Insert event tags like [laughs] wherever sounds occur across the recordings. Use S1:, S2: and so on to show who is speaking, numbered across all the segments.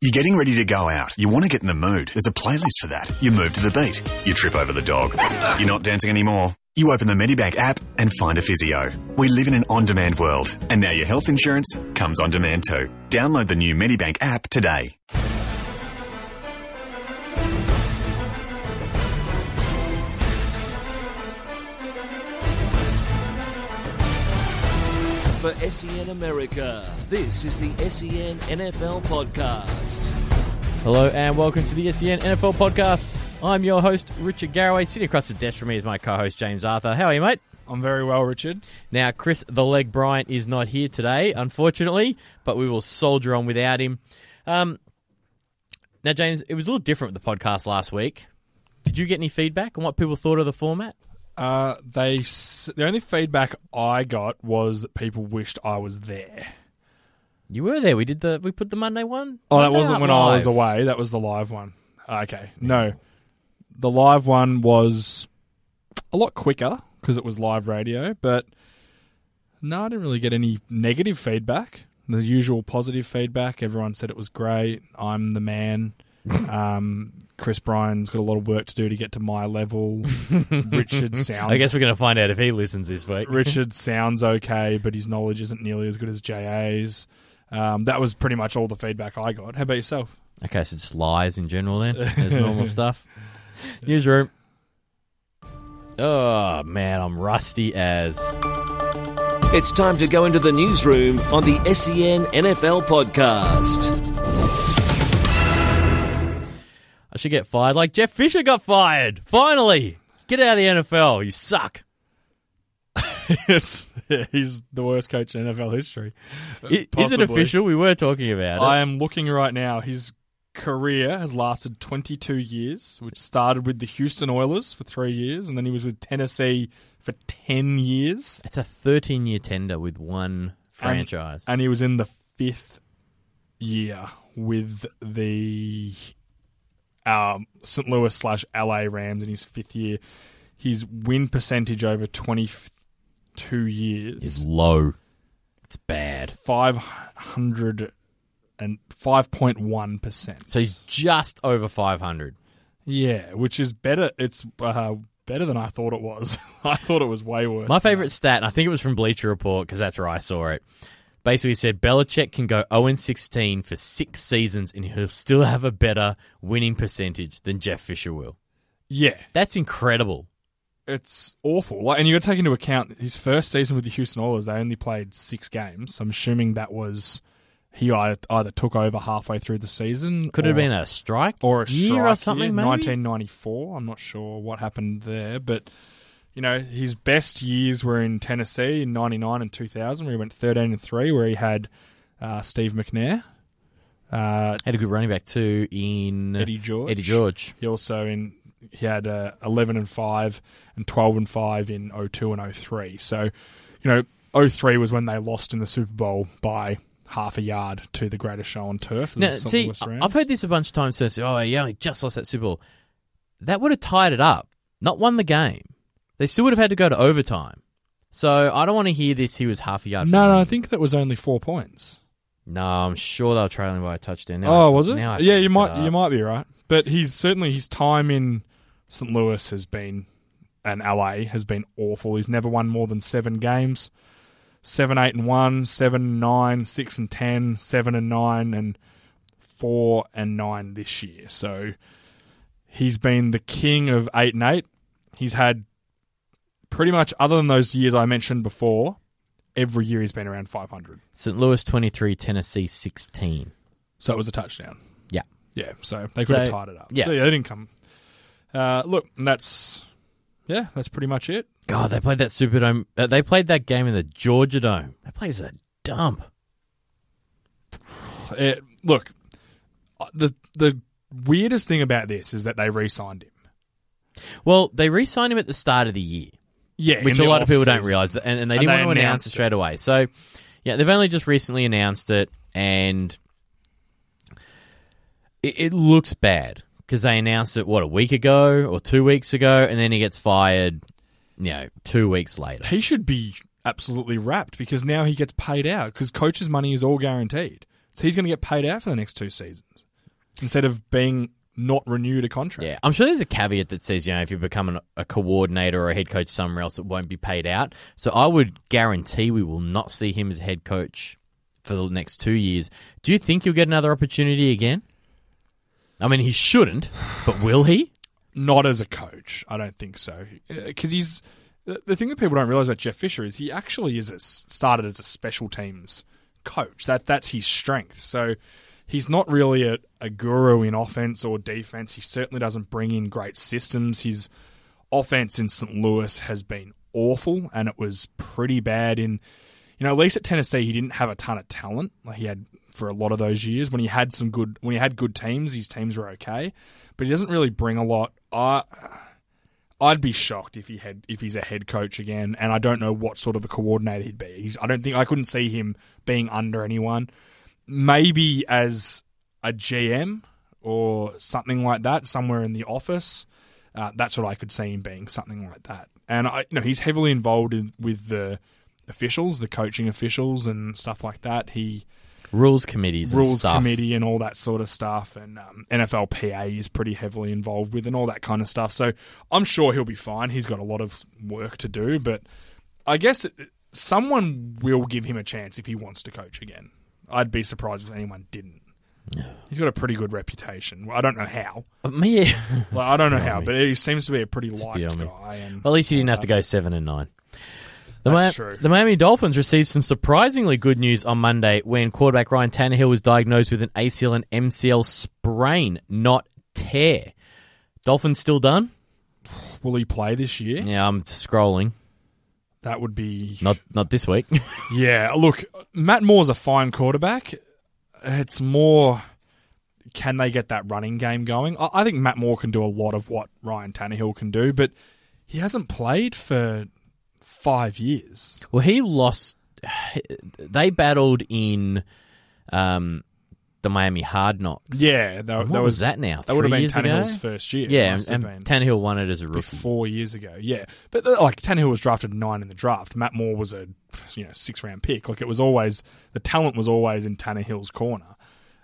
S1: You're getting ready to go out. You want to get in the mood. There's a playlist for that. You move to the beat. You trip over the dog. You're not dancing anymore. You open the Medibank app and find a physio. We live in an on demand world, and now your health insurance comes on demand too. Download the new Medibank app today.
S2: For SEN America, this is the E SEN NFL Podcast.
S3: Hello and welcome to the E SEN NFL podcast. I'm your host, Richard Garraway. Sitting across the desk from me is my co host, James Arthur. How are you, mate?
S4: I'm very well, Richard.
S3: Now, Chris the Leg Bryant is not here today, unfortunately, but we will soldier on without him. Um, now, James, it was a little different with the podcast last week. Did you get any feedback on what people thought of the format?
S4: Uh, they s- the only feedback I got was that people wished I was there.
S3: You were there. We did the we put the Monday one.
S4: Oh, that
S3: Monday
S4: wasn't
S3: Night
S4: when I was
S3: Live.
S4: away. That was the live one. Ah, Okay, no, the live one was a lot quicker because it was live radio. But no, I didn't really get any negative feedback. The usual positive feedback. Everyone said it was great. I'm the [laughs] man. um, Chris Bryan's got a lot of work to do to get to my [laughs] level. Richard sounds.
S3: I guess we're going to find out if he listens this
S4: [laughs]
S3: week.
S4: Richard sounds okay, but his knowledge isn't nearly as good as JA's. Um, that was pretty much all the feedback I got. How about yourself?
S3: Okay, so just lies in general then. There's normal stuff. Newsroom. Oh man, I'm rusty as
S2: It's time to go into the newsroom on the E SEN NFL Podcast.
S3: I should get fired. Like Jeff Fisher got fired. Finally. Get out of the NFL. You suck.
S4: [laughs] it's he's the worst coach in NFL history.
S3: I- Is it
S4: Possibly.
S3: official? We were talking about it.
S4: I am looking right now. His career has lasted 22 years, which started with the Houston Oilers for three years, and then he was with Tennessee for 10 years.
S3: It's a 13 year tender with one franchise.
S4: and he was in the fifth year with the um, St. Louis slash LA Rams in his fifth year. His win percentage over twenty two
S3: is
S4: years
S3: low. It's bad.
S4: five hundred and five point one percent.
S3: So he's just over 500.
S4: yeah, which is better. It's uh, better than I thought it was. [laughs] I thought it was way worse.
S3: My
S4: than
S3: favorite stat, and I think it was from Bleacher Report because that's where I saw it. Basically, said Belichick can go 0 16 for six seasons and he'll still have a better winning percentage than Jeff Fisher will.
S4: that. Yeah,
S3: That's incredible.
S4: it's awful. Like, and you got to take into account his first season with the Houston Oilers. They only played six games. So I'm assuming that was he ei- either took over halfway through the season.
S3: Could it
S4: or,
S3: have been a strike
S4: or a
S3: year
S4: strike
S3: or something,
S4: year,
S3: maybe?
S4: 1994. I'm not sure what happened there, but you know his best years were in Tennessee in '99 and 2000, where he went 13 and three, where he had uh, Steve McNair. Uh,
S3: Had a good running back too in
S4: Eddie George.
S3: Eddie George.
S4: He also in he had uh, 11 and 5 and 12 and 5 in 02 and 03. So, you know, 03 was when they lost in the Super Bowl by half a yard to the greatest show on turf. the
S3: Now,
S4: St.
S3: see,
S4: Louis Rams.
S3: I've heard this a bunch of times since. Oh, yeah, he just lost that Super Bowl. That would have tied it up, not won the game. They still would have had to go to overtime. So I don't want to hear this. He was half a yard.
S4: No,
S3: from
S4: no,
S3: winning.
S4: I think that was only 4 points.
S3: No, I'm sure they were trailing by a touchdown. Now I
S4: oh,
S3: have to-
S4: was it?
S3: now I uh, have to
S4: Yeah, you
S3: look
S4: might
S3: it
S4: you
S3: up.
S4: might be right. But he's certainly his time in St. Louis has been and LA has been awful. He's never won more than 7 games. seven eight and one, seven nine, six and ten, seven and nine, and four and nine this year. So he's been the king of eight and eight. He's had pretty much other than those years I mentioned before, every year he's been around five hundred.
S3: St. Louis 23, Tennessee 16.
S4: So it was a touchdown.
S3: Yeah.
S4: Yeah. So they could have
S3: So-
S4: tied it up.
S3: yeah.
S4: So yeah, they didn't come. Uh, look, and that's yeah, that's pretty much it.
S3: God, they played that Superdome. Uh, they played that game in the Georgia Dome. That place is a dump.
S4: it look, uh, the the weirdest thing about this is that they re-signed him.
S3: Well, they re-signed him at the start of the year,
S4: Yeah,
S3: which
S4: in
S3: a
S4: the
S3: lot of people don't
S4: off-season.
S3: realize, that, and, and they
S4: And
S3: didn't
S4: they
S3: want to announce
S4: announced
S3: it
S4: it.
S3: straight away. So, yeah, they've only just recently announced it, and it, it looks bad because they announced it what a week ago or two weeks ago, and then he gets fired, you know, two weeks later.
S4: He should be absolutely wrapped because now he gets paid out because coach's money is all guaranteed. So he's going to get paid out for the next two seasons instead of being not renewed a contract.
S3: Yeah, I'm sure there's a caveat that says, you know, if you become an, a coordinator or a head coach somewhere else, it won't be paid out. So I would guarantee we will not see him as head coach for the next two years. Do you think he'll get another opportunity again? I mean, he shouldn't, but will he?
S4: Not as a coach, I don't think so. Because he's the the thing that people don't realize about Jeff Fisher is he actually is a, started as a special teams coach. That that's his strength. So he's not really a, a guru in offense or defense. He certainly doesn't bring in great systems. His offense in St. Louis has been awful, and it was pretty bad in. You know, at least at Tennessee, he didn't have a ton of talent. Like he had for a lot of those years. When he had some good, when he had good teams, his teams were okay. But he doesn't really bring a lot. I, I'd be shocked if he had if he's a head coach again. And I don't know what sort of a coordinator he'd be. He's, I don't think I couldn't see him being under anyone. Maybe as a GM or something like that, somewhere in the office. Uh, that's what I could see him being, something like that. And I, you know, he's heavily involved in, with the officials, the coaching officials, and stuff like that. He
S3: Rules committees and
S4: rules
S3: stuff.
S4: committee and all that sort of stuff, and um, NFLPA is pretty heavily involved with, and all that kind of stuff. So I'm sure he'll be fine. He's got a lot of work to do, but I guess it, someone will give him a chance if he wants to coach again. I'd be surprised if anyone didn't. He's got a pretty good reputation. Well, I don't know how.
S3: Uh, Me,
S4: Like, I don't know how, but he seems to be a pretty liked
S3: beyond me.
S4: guy. And
S3: Well, at least he didn't have to go seven and nine. The,
S4: That's
S3: Mi-
S4: true.
S3: the Miami Dolphins received some surprisingly good news on Monday when quarterback Ryan Tannehill was diagnosed with an ACL and MCL sprain, not tear. Dolphins still done?
S4: will he play this year?
S3: Yeah, I'm scrolling.
S4: That would be
S3: Not not this week. [laughs]
S4: Yeah, look, Matt Moore's a fine quarterback. It's more can they get that running game going? I I think Matt Moore can do a lot of what Ryan Tannehill can do, but he hasn't played for five years.
S3: well, he lost. [sighs] They battled in um, the Miami Hard Knocks.
S4: Yeah, that,
S3: And
S4: that
S3: what
S4: was,
S3: was that now?
S4: That would have
S3: Three
S4: been
S3: years
S4: Tannehill's
S3: ago?
S4: first year.
S3: yeah,
S4: Must have
S3: and,
S4: been.
S3: and Tannehill won it as a rookie.
S4: four years ago. Yeah, but uh, like Tannehill was drafted nine in the draft. Matt Moore was a you know six round pick. Like it was always the talent was always in Tannehill's corner.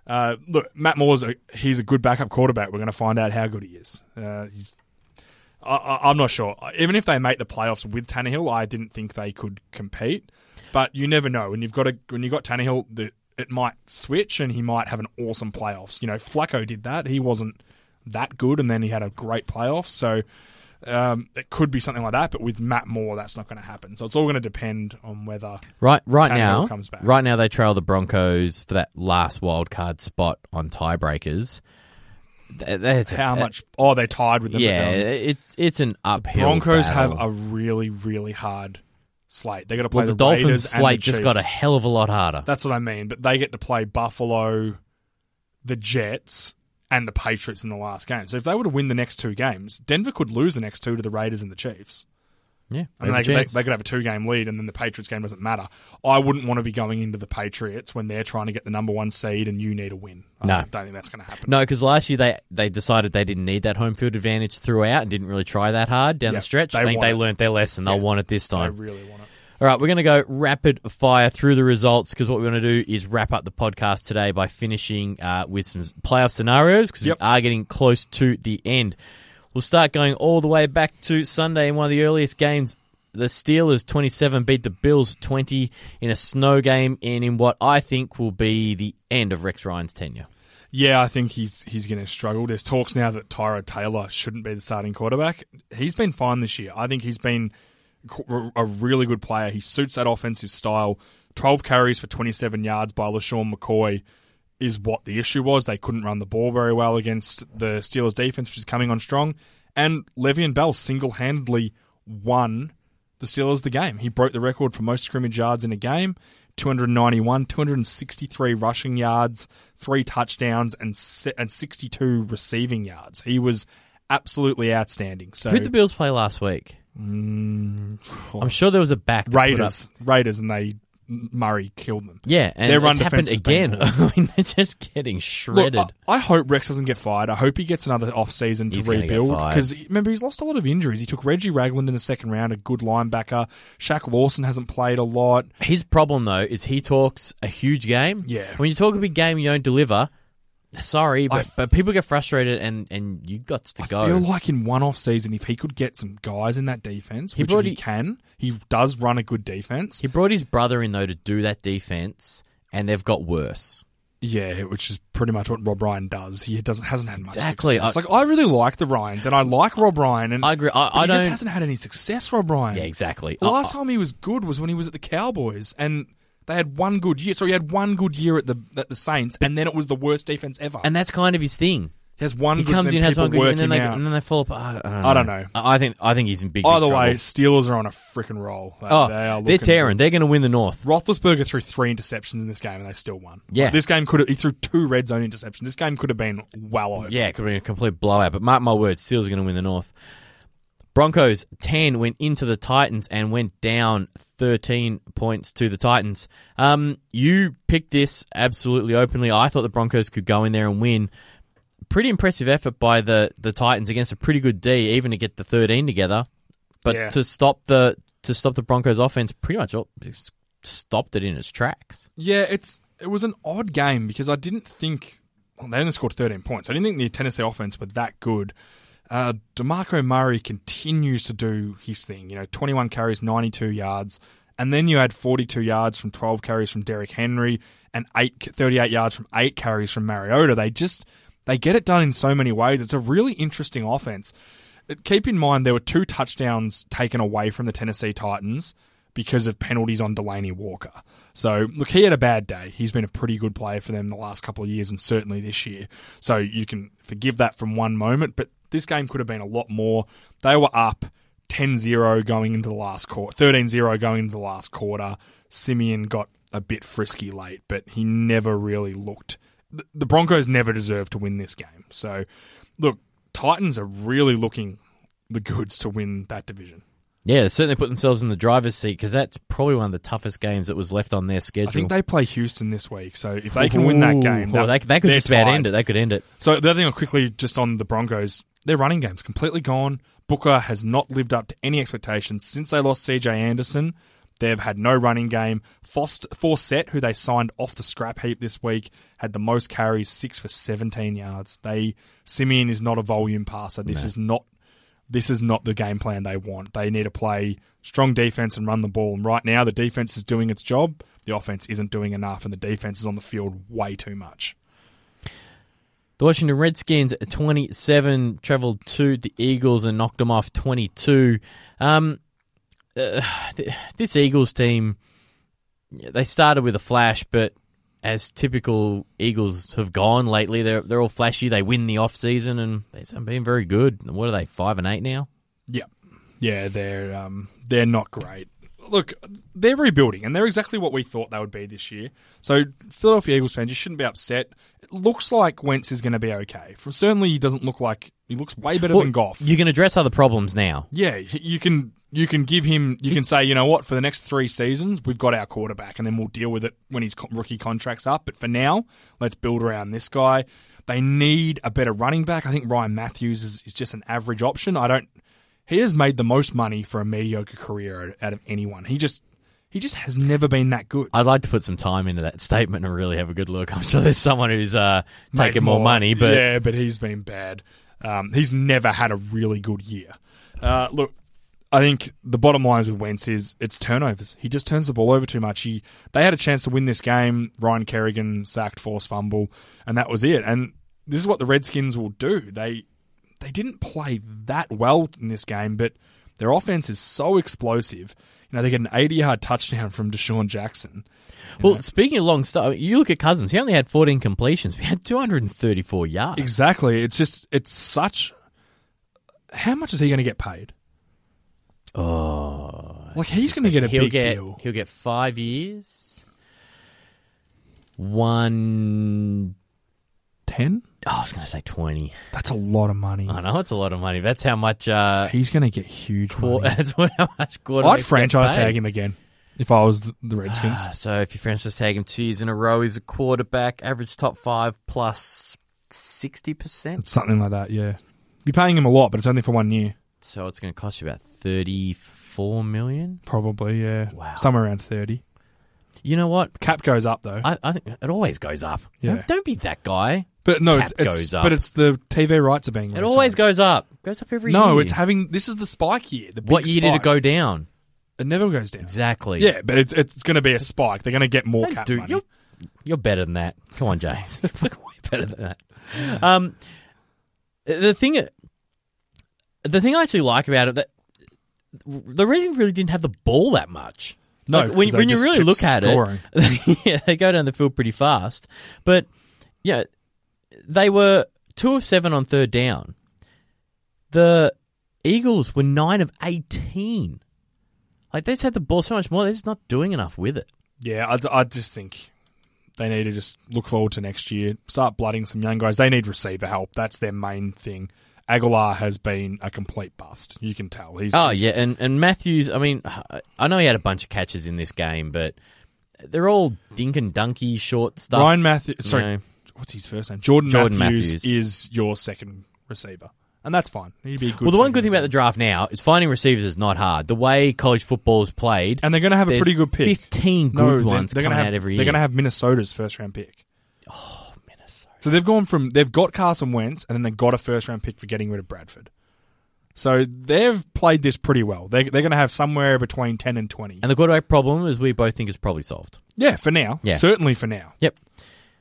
S4: Uh, look, Matt Moore's a he's a good backup quarterback. We're going to find out how good he is. Uh, he's, I, I, I'm not sure. Even if they make the playoffs with Tannehill, I didn't think they could compete. But you never know. When you've got a when you have got Tannehill, the, it might switch and he might have an awesome playoffs. You know, Flacco did that. He wasn't that good, and then he had a great playoff. So um, it could be something like that, but with Matt Moore, that's not going to happen. So it's all going to depend on whether.
S3: Right, right
S4: Tannehill
S3: now,
S4: comes back.
S3: right now they trail the Broncos for that last wild card spot on tiebreakers. Th- That's a-
S4: How much? Oh, they're tied with them.
S3: Uh, Yeah,
S4: Um,
S3: it's it's an uphill.
S4: Broncos
S3: battle.
S4: have a really, really hard slate. They got to play
S3: well, the,
S4: the
S3: Dolphins
S4: Raiders and the
S3: slate just got a
S4: Chiefs.
S3: hell of a lot harder.
S4: That's what I mean. But they get to play Buffalo, the Jets, and the Patriots in the last game. So if they were to win the next two games, Denver could lose the next two to the Raiders and the Chiefs.
S3: yeah,
S4: I
S3: they
S4: mean, they,
S3: have a
S4: they,
S3: chance.
S4: they could have a two game lead, and then the Patriots game doesn't matter. I wouldn't want to be going into the Patriots when they're trying to get the number one seed and you need a win. I
S3: No.
S4: don't think that's going to happen.
S3: no, because last year they, they decided they didn't need that home field advantage throughout and didn't really try that hard down
S4: Yeah,
S3: the stretch.
S4: they
S3: I think
S4: want
S3: they
S4: it.
S3: learnt their lesson. They'll
S4: Yeah,
S3: want it this
S4: I
S3: time.
S4: really want it.
S3: All right, we're going to go rapid fire through the results because what we want to do is wrap up the podcast today by finishing uh, with some playoff scenarios because
S4: Yep.
S3: we are getting close to the end. We'll start going all the way back to Sunday in one of the earliest games. The Steelers 27 beat the Bills 20 in a snow game and in what I think will be the end of Rex Ryan's tenure.
S4: Yeah, I think he's he's going to struggle. There's talks now that Tyrod Taylor shouldn't be the starting quarterback. He's been fine this year. I think he's been qu- a really good player. He suits that offensive style. 12 carries for 27 yards by LaShawn McCoy is what the issue was. They couldn't run the ball very well against the Steelers defense, which is coming on strong. And Le'Veon Bell single-handedly won the Steelers the game. He broke the record for most scrimmage yards in a game. 291, 263 rushing yards, three touchdowns, and se- and 62 receiving yards. He was absolutely outstanding. So Mm,
S3: Who'd the Bills play last week? I'm sure there was a back. that put up-
S4: Raiders, Raiders, and they Murray killed them.
S3: Yeah, and
S4: Their
S3: it's
S4: run
S3: happened
S4: defense has been
S3: again. [laughs] I mean, they're just getting shredded.
S4: Look, I, I hope Rex doesn't get fired. I hope he gets another off season to
S3: He's gonna get
S4: rebuild
S3: fired.
S4: because remember he's lost a lot of injuries. He took Reggie Ragland in the second round, a good linebacker. Shaq Lawson hasn't played a lot.
S3: His problem though is he talks a huge game.
S4: Yeah.
S3: When you talk a big game, and you don't deliver. Sorry, but, but people get frustrated, and and you got to
S4: I
S3: go.
S4: feel like in one off season, if he could get some guys in that defense,
S3: He
S4: which
S3: brought-
S4: he can, he does run a good defense.
S3: he brought his brother in though to do that defense, and they've got worse.
S4: Yeah, which is pretty much what Rob Ryan does. He doesn't hasn't had much
S3: Exactly.
S4: success.
S3: I-
S4: like I really like the Ryans, and I like Rob Ryan, and
S3: I agree. I-
S4: but
S3: I
S4: he just
S3: don't-
S4: hasn't had any success. Rob Ryan.
S3: Yeah, exactly.
S4: The
S3: I-
S4: last time he was good was when he was at the Cowboys, and they had one good year. So he had one good year at the at the Saints, and then it was the worst defense ever.
S3: and that's kind of his thing.
S4: he has one.
S3: He
S4: good,
S3: comes
S4: then
S3: in, has
S4: people
S3: one good, year, and
S4: work
S3: then they
S4: him out.
S3: and then they fall apart. I don't know.
S4: I don't know.
S3: I I think I think he's in big. big
S4: Either way,
S3: trouble.
S4: Steelers are on a freaking roll. They-
S3: oh,
S4: they are
S3: they're
S4: looking-
S3: tearing. They're going to win the North.
S4: Roethlisberger threw three interceptions in this game, and they still won.
S3: Yeah.
S4: Like, this game could have he threw two red zone interceptions. This game could have been well over.
S3: Yeah, it could be a complete blowout. But mark my words, Steelers are going to win the North. Broncos 10 went into the Titans and went down 13 points to the Titans. Um, you picked this absolutely openly. I thought the Broncos could go in there and win. Pretty impressive effort by the, the Titans against a pretty good D, even to get the 13 together. But
S4: Yeah.
S3: to stop the to stop the Broncos offense, pretty much all, stopped it in its tracks.
S4: Yeah, it's it was an odd game because I didn't think well, they only scored 13 points. I didn't think the Tennessee offense were that good. Uh, Demarco Murray continues to do his thing. You know, 21 carries, 92 yards, and then you had 42 yards from 12 carries from Derrick Henry and eight 38 yards from eight carries from Mariota. They just they get it done in so many ways. It's a really interesting offense. Keep in mind there were two touchdowns taken away from the Tennessee Titans because of penalties on Delaney Walker. So look, he had a bad day. He's been a pretty good player for them the last couple of years and certainly this year. So you can forgive that from one moment, but this game could have been a lot more. They were up 10-0 going into the last quarter, 13-0 going into the last quarter. Simeon got a bit frisky late, but he never really looked th- the Broncos never deserved to win this game. So, look, Titans are really looking the goods to win that division.
S3: Yeah, they certainly put themselves in the driver's seat because that's probably one of the toughest games that was left on their schedule.
S4: I think they play Houston this week, so if they can win that game,
S3: Well, they,
S4: that,
S3: they could
S4: they're
S3: just about
S4: tied.
S3: end it. They could end it.
S4: So the other thing, I'll quickly just on the Broncos, their running game's completely gone. Booker has not lived up to any expectations since they lost CJ Anderson. They've had no running game. Fost, Forsett, who they signed off the scrap heap this week, had the most carries, six for seventeen yards. They Simeon is not a volume passer. This is not this is not the game plan they want. They need to play strong defense and run the ball. And right now, the defense is doing its job. The offense isn't doing enough, and the defense is on the field way too much.
S3: The Washington Redskins at 27 traveled to the Eagles and knocked them off 22. Um, uh, [sighs] th- this Eagles team, yeah, they started with a flash, but as typical Eagles have gone lately, they're they're all flashy. They win the off season and they haven't been very good. What are they five and eight now?
S4: Yeah, yeah, they're um, they're not great. Look, they're rebuilding, and they're exactly what we thought they would be this year. So, Philadelphia Eagles fans, you shouldn't be upset. It looks like Wentz is going to be okay. For certainly, he doesn't look like he looks way better
S3: Well,
S4: than Goff.
S3: You can address other problems now.
S4: yeah, he- you can you can give him you can say you know what for the next three seasons we've got our quarterback, and then we'll deal with it when his co- rookie contract's up. But for now, let's build around this guy. They need a better running back. I think Ryan Matthews is, is just an average option. I don't he has made the most money for a mediocre career out of anyone. He just he just has never been that good.
S3: I'd like to put some time into that [laughs] statement and really have a good look. I'm sure there's someone who's uh,
S4: Made
S3: taking more, money, but
S4: yeah, but he's been bad. Um, he's never had a really good year. Uh, look, I think the bottom line is with Wentz is it's turnovers. He just turns the ball over too much. He they had a chance to win this game. Ryan Kerrigan sacked, forced fumble, and that was it. And this is what the Redskins will do. They they didn't play that well in this game, but their offense is so explosive. You know, they get an 80-yard touchdown from Deshaun Jackson.
S3: well, speaking of long stuff, you look at Cousins. He only had 14 completions. We had 234 yards.
S4: Exactly. It's just it's such. How much is he going to get paid?
S3: Oh,
S4: Like he's going to get a
S3: he'll
S4: big
S3: get
S4: deal.
S3: he'll get five years. One.
S4: Ten?
S3: Oh, I was going to say 20.
S4: That's a lot of money.
S3: I know it's a lot of money. That's how much. Uh,
S4: He's going to get huge
S3: quar-
S4: money.
S3: [laughs] that's what- how much quarter.
S4: I'd franchise tag him again if I was the,
S3: [sighs]
S4: the Redskins.
S3: Ah, So if you franchise tag him two years in a row, he's a quarterback, average top five plus sixty percent.
S4: Something like that, yeah. Be paying him a lot, but it's only for one year,
S3: So it's going to cost you about thirty-four million.
S4: probably, yeah.
S3: Wow.
S4: Somewhere around 30.
S3: You know what?
S4: Cap goes up, though.
S3: I, I think it always goes up.
S4: Yeah.
S3: Don't, don't be that guy.
S4: but no,
S3: Cap
S4: it's, it's-
S3: goes up.
S4: But it's the TV rights are being
S3: It always goes up. Goes up every year.
S4: No, it's having. This is the spike year. The big
S3: what year did it
S4: spike.
S3: go down?
S4: It never goes down.
S3: Exactly.
S4: Yeah, but it's, it's going to be a spike. They're going to get more
S3: Don't
S4: cap
S3: do-
S4: money.
S3: You're, you're better than that. Come on, James. You're [laughs] fucking way better than that.
S4: [laughs]
S3: Um, the thing, the thing I actually like about it that the Redskins really didn't have the ball that much.
S4: No,
S3: Like, when,
S4: 'cause they
S3: when you
S4: just
S3: really
S4: kept
S3: look at
S4: scoring.
S3: it, [laughs] yeah, they go down the field pretty fast. But yeah, they were two of seven on third down. The Eagles were nine of eighteen. Like they just had the ball so much more, they're just not doing enough with it.
S4: Yeah, I, d- I just think they need to just look forward to next year. Start blooding some young guys. They need receiver help. That's their main thing. Aguilar has been a complete bust. You can tell. He's
S3: Oh
S4: he's-
S3: yeah, and and Matthews. I mean, I- I know he had a bunch of catches in this game, but they're all dink and dunky short stuff.
S4: Ryan Matthews. Sorry,
S3: No.
S4: what's his first name? Jordan,
S3: Jordan
S4: Matthews,
S3: Matthews.
S4: is your second receiver, and that's fine. He'd be a good.
S3: well, the one good thing
S4: second
S3: about the
S4: receiver.
S3: draft now is finding receivers is not hard. The way college football is played,
S4: and they're going to have a
S3: there's
S4: pretty good pick.
S3: Fifteen good
S4: no, they're-
S3: ones
S4: they're,
S3: coming
S4: going to have
S3: out every
S4: they're
S3: year.
S4: going to have Minnesota's first round pick. Oh, Minnesota! So they've gone from they've got Carson Wentz, and then they got a first round pick for getting rid of Bradford. So they've played this pretty well. They, they're going to have somewhere between ten and twenty.
S3: and the quarterback problem is we both think is probably solved.
S4: yeah, for now.
S3: Yeah.
S4: certainly for now.
S3: Yep,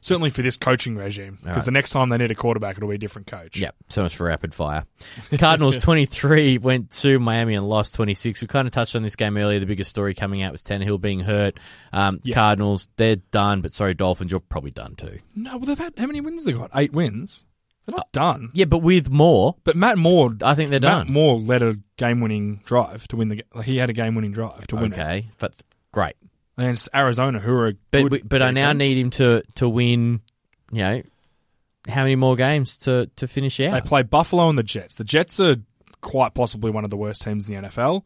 S4: Certainly for this coaching regime, because
S3: Alright.
S4: the next time they need a quarterback, it'll be a different coach.
S3: yep. So much for rapid fire.
S4: [laughs]
S3: Cardinals twenty three went to Miami and lost twenty six. We kind of touched on this game earlier. The biggest story coming out was Tannehill being hurt. Um,
S4: Yeah.
S3: Cardinals they're done, but sorry Dolphins you're probably done too.
S4: No, well they've had how many wins they got? Eight wins. They're not done.
S3: Yeah, but with more,
S4: But Matt Moore,
S3: I think they're
S4: Matt
S3: Uh, done.
S4: Moore led a game-winning drive to win the. ga- Like he had a game-winning drive to win it.
S3: okay, but great.
S4: against Arizona, who are a
S3: But
S4: good
S3: we, but I now
S4: defense.
S3: need him to to win. You know, how many more games to to finish
S4: They
S3: out?
S4: play Buffalo and the Jets. The Jets are quite possibly one of the worst teams in the NFL,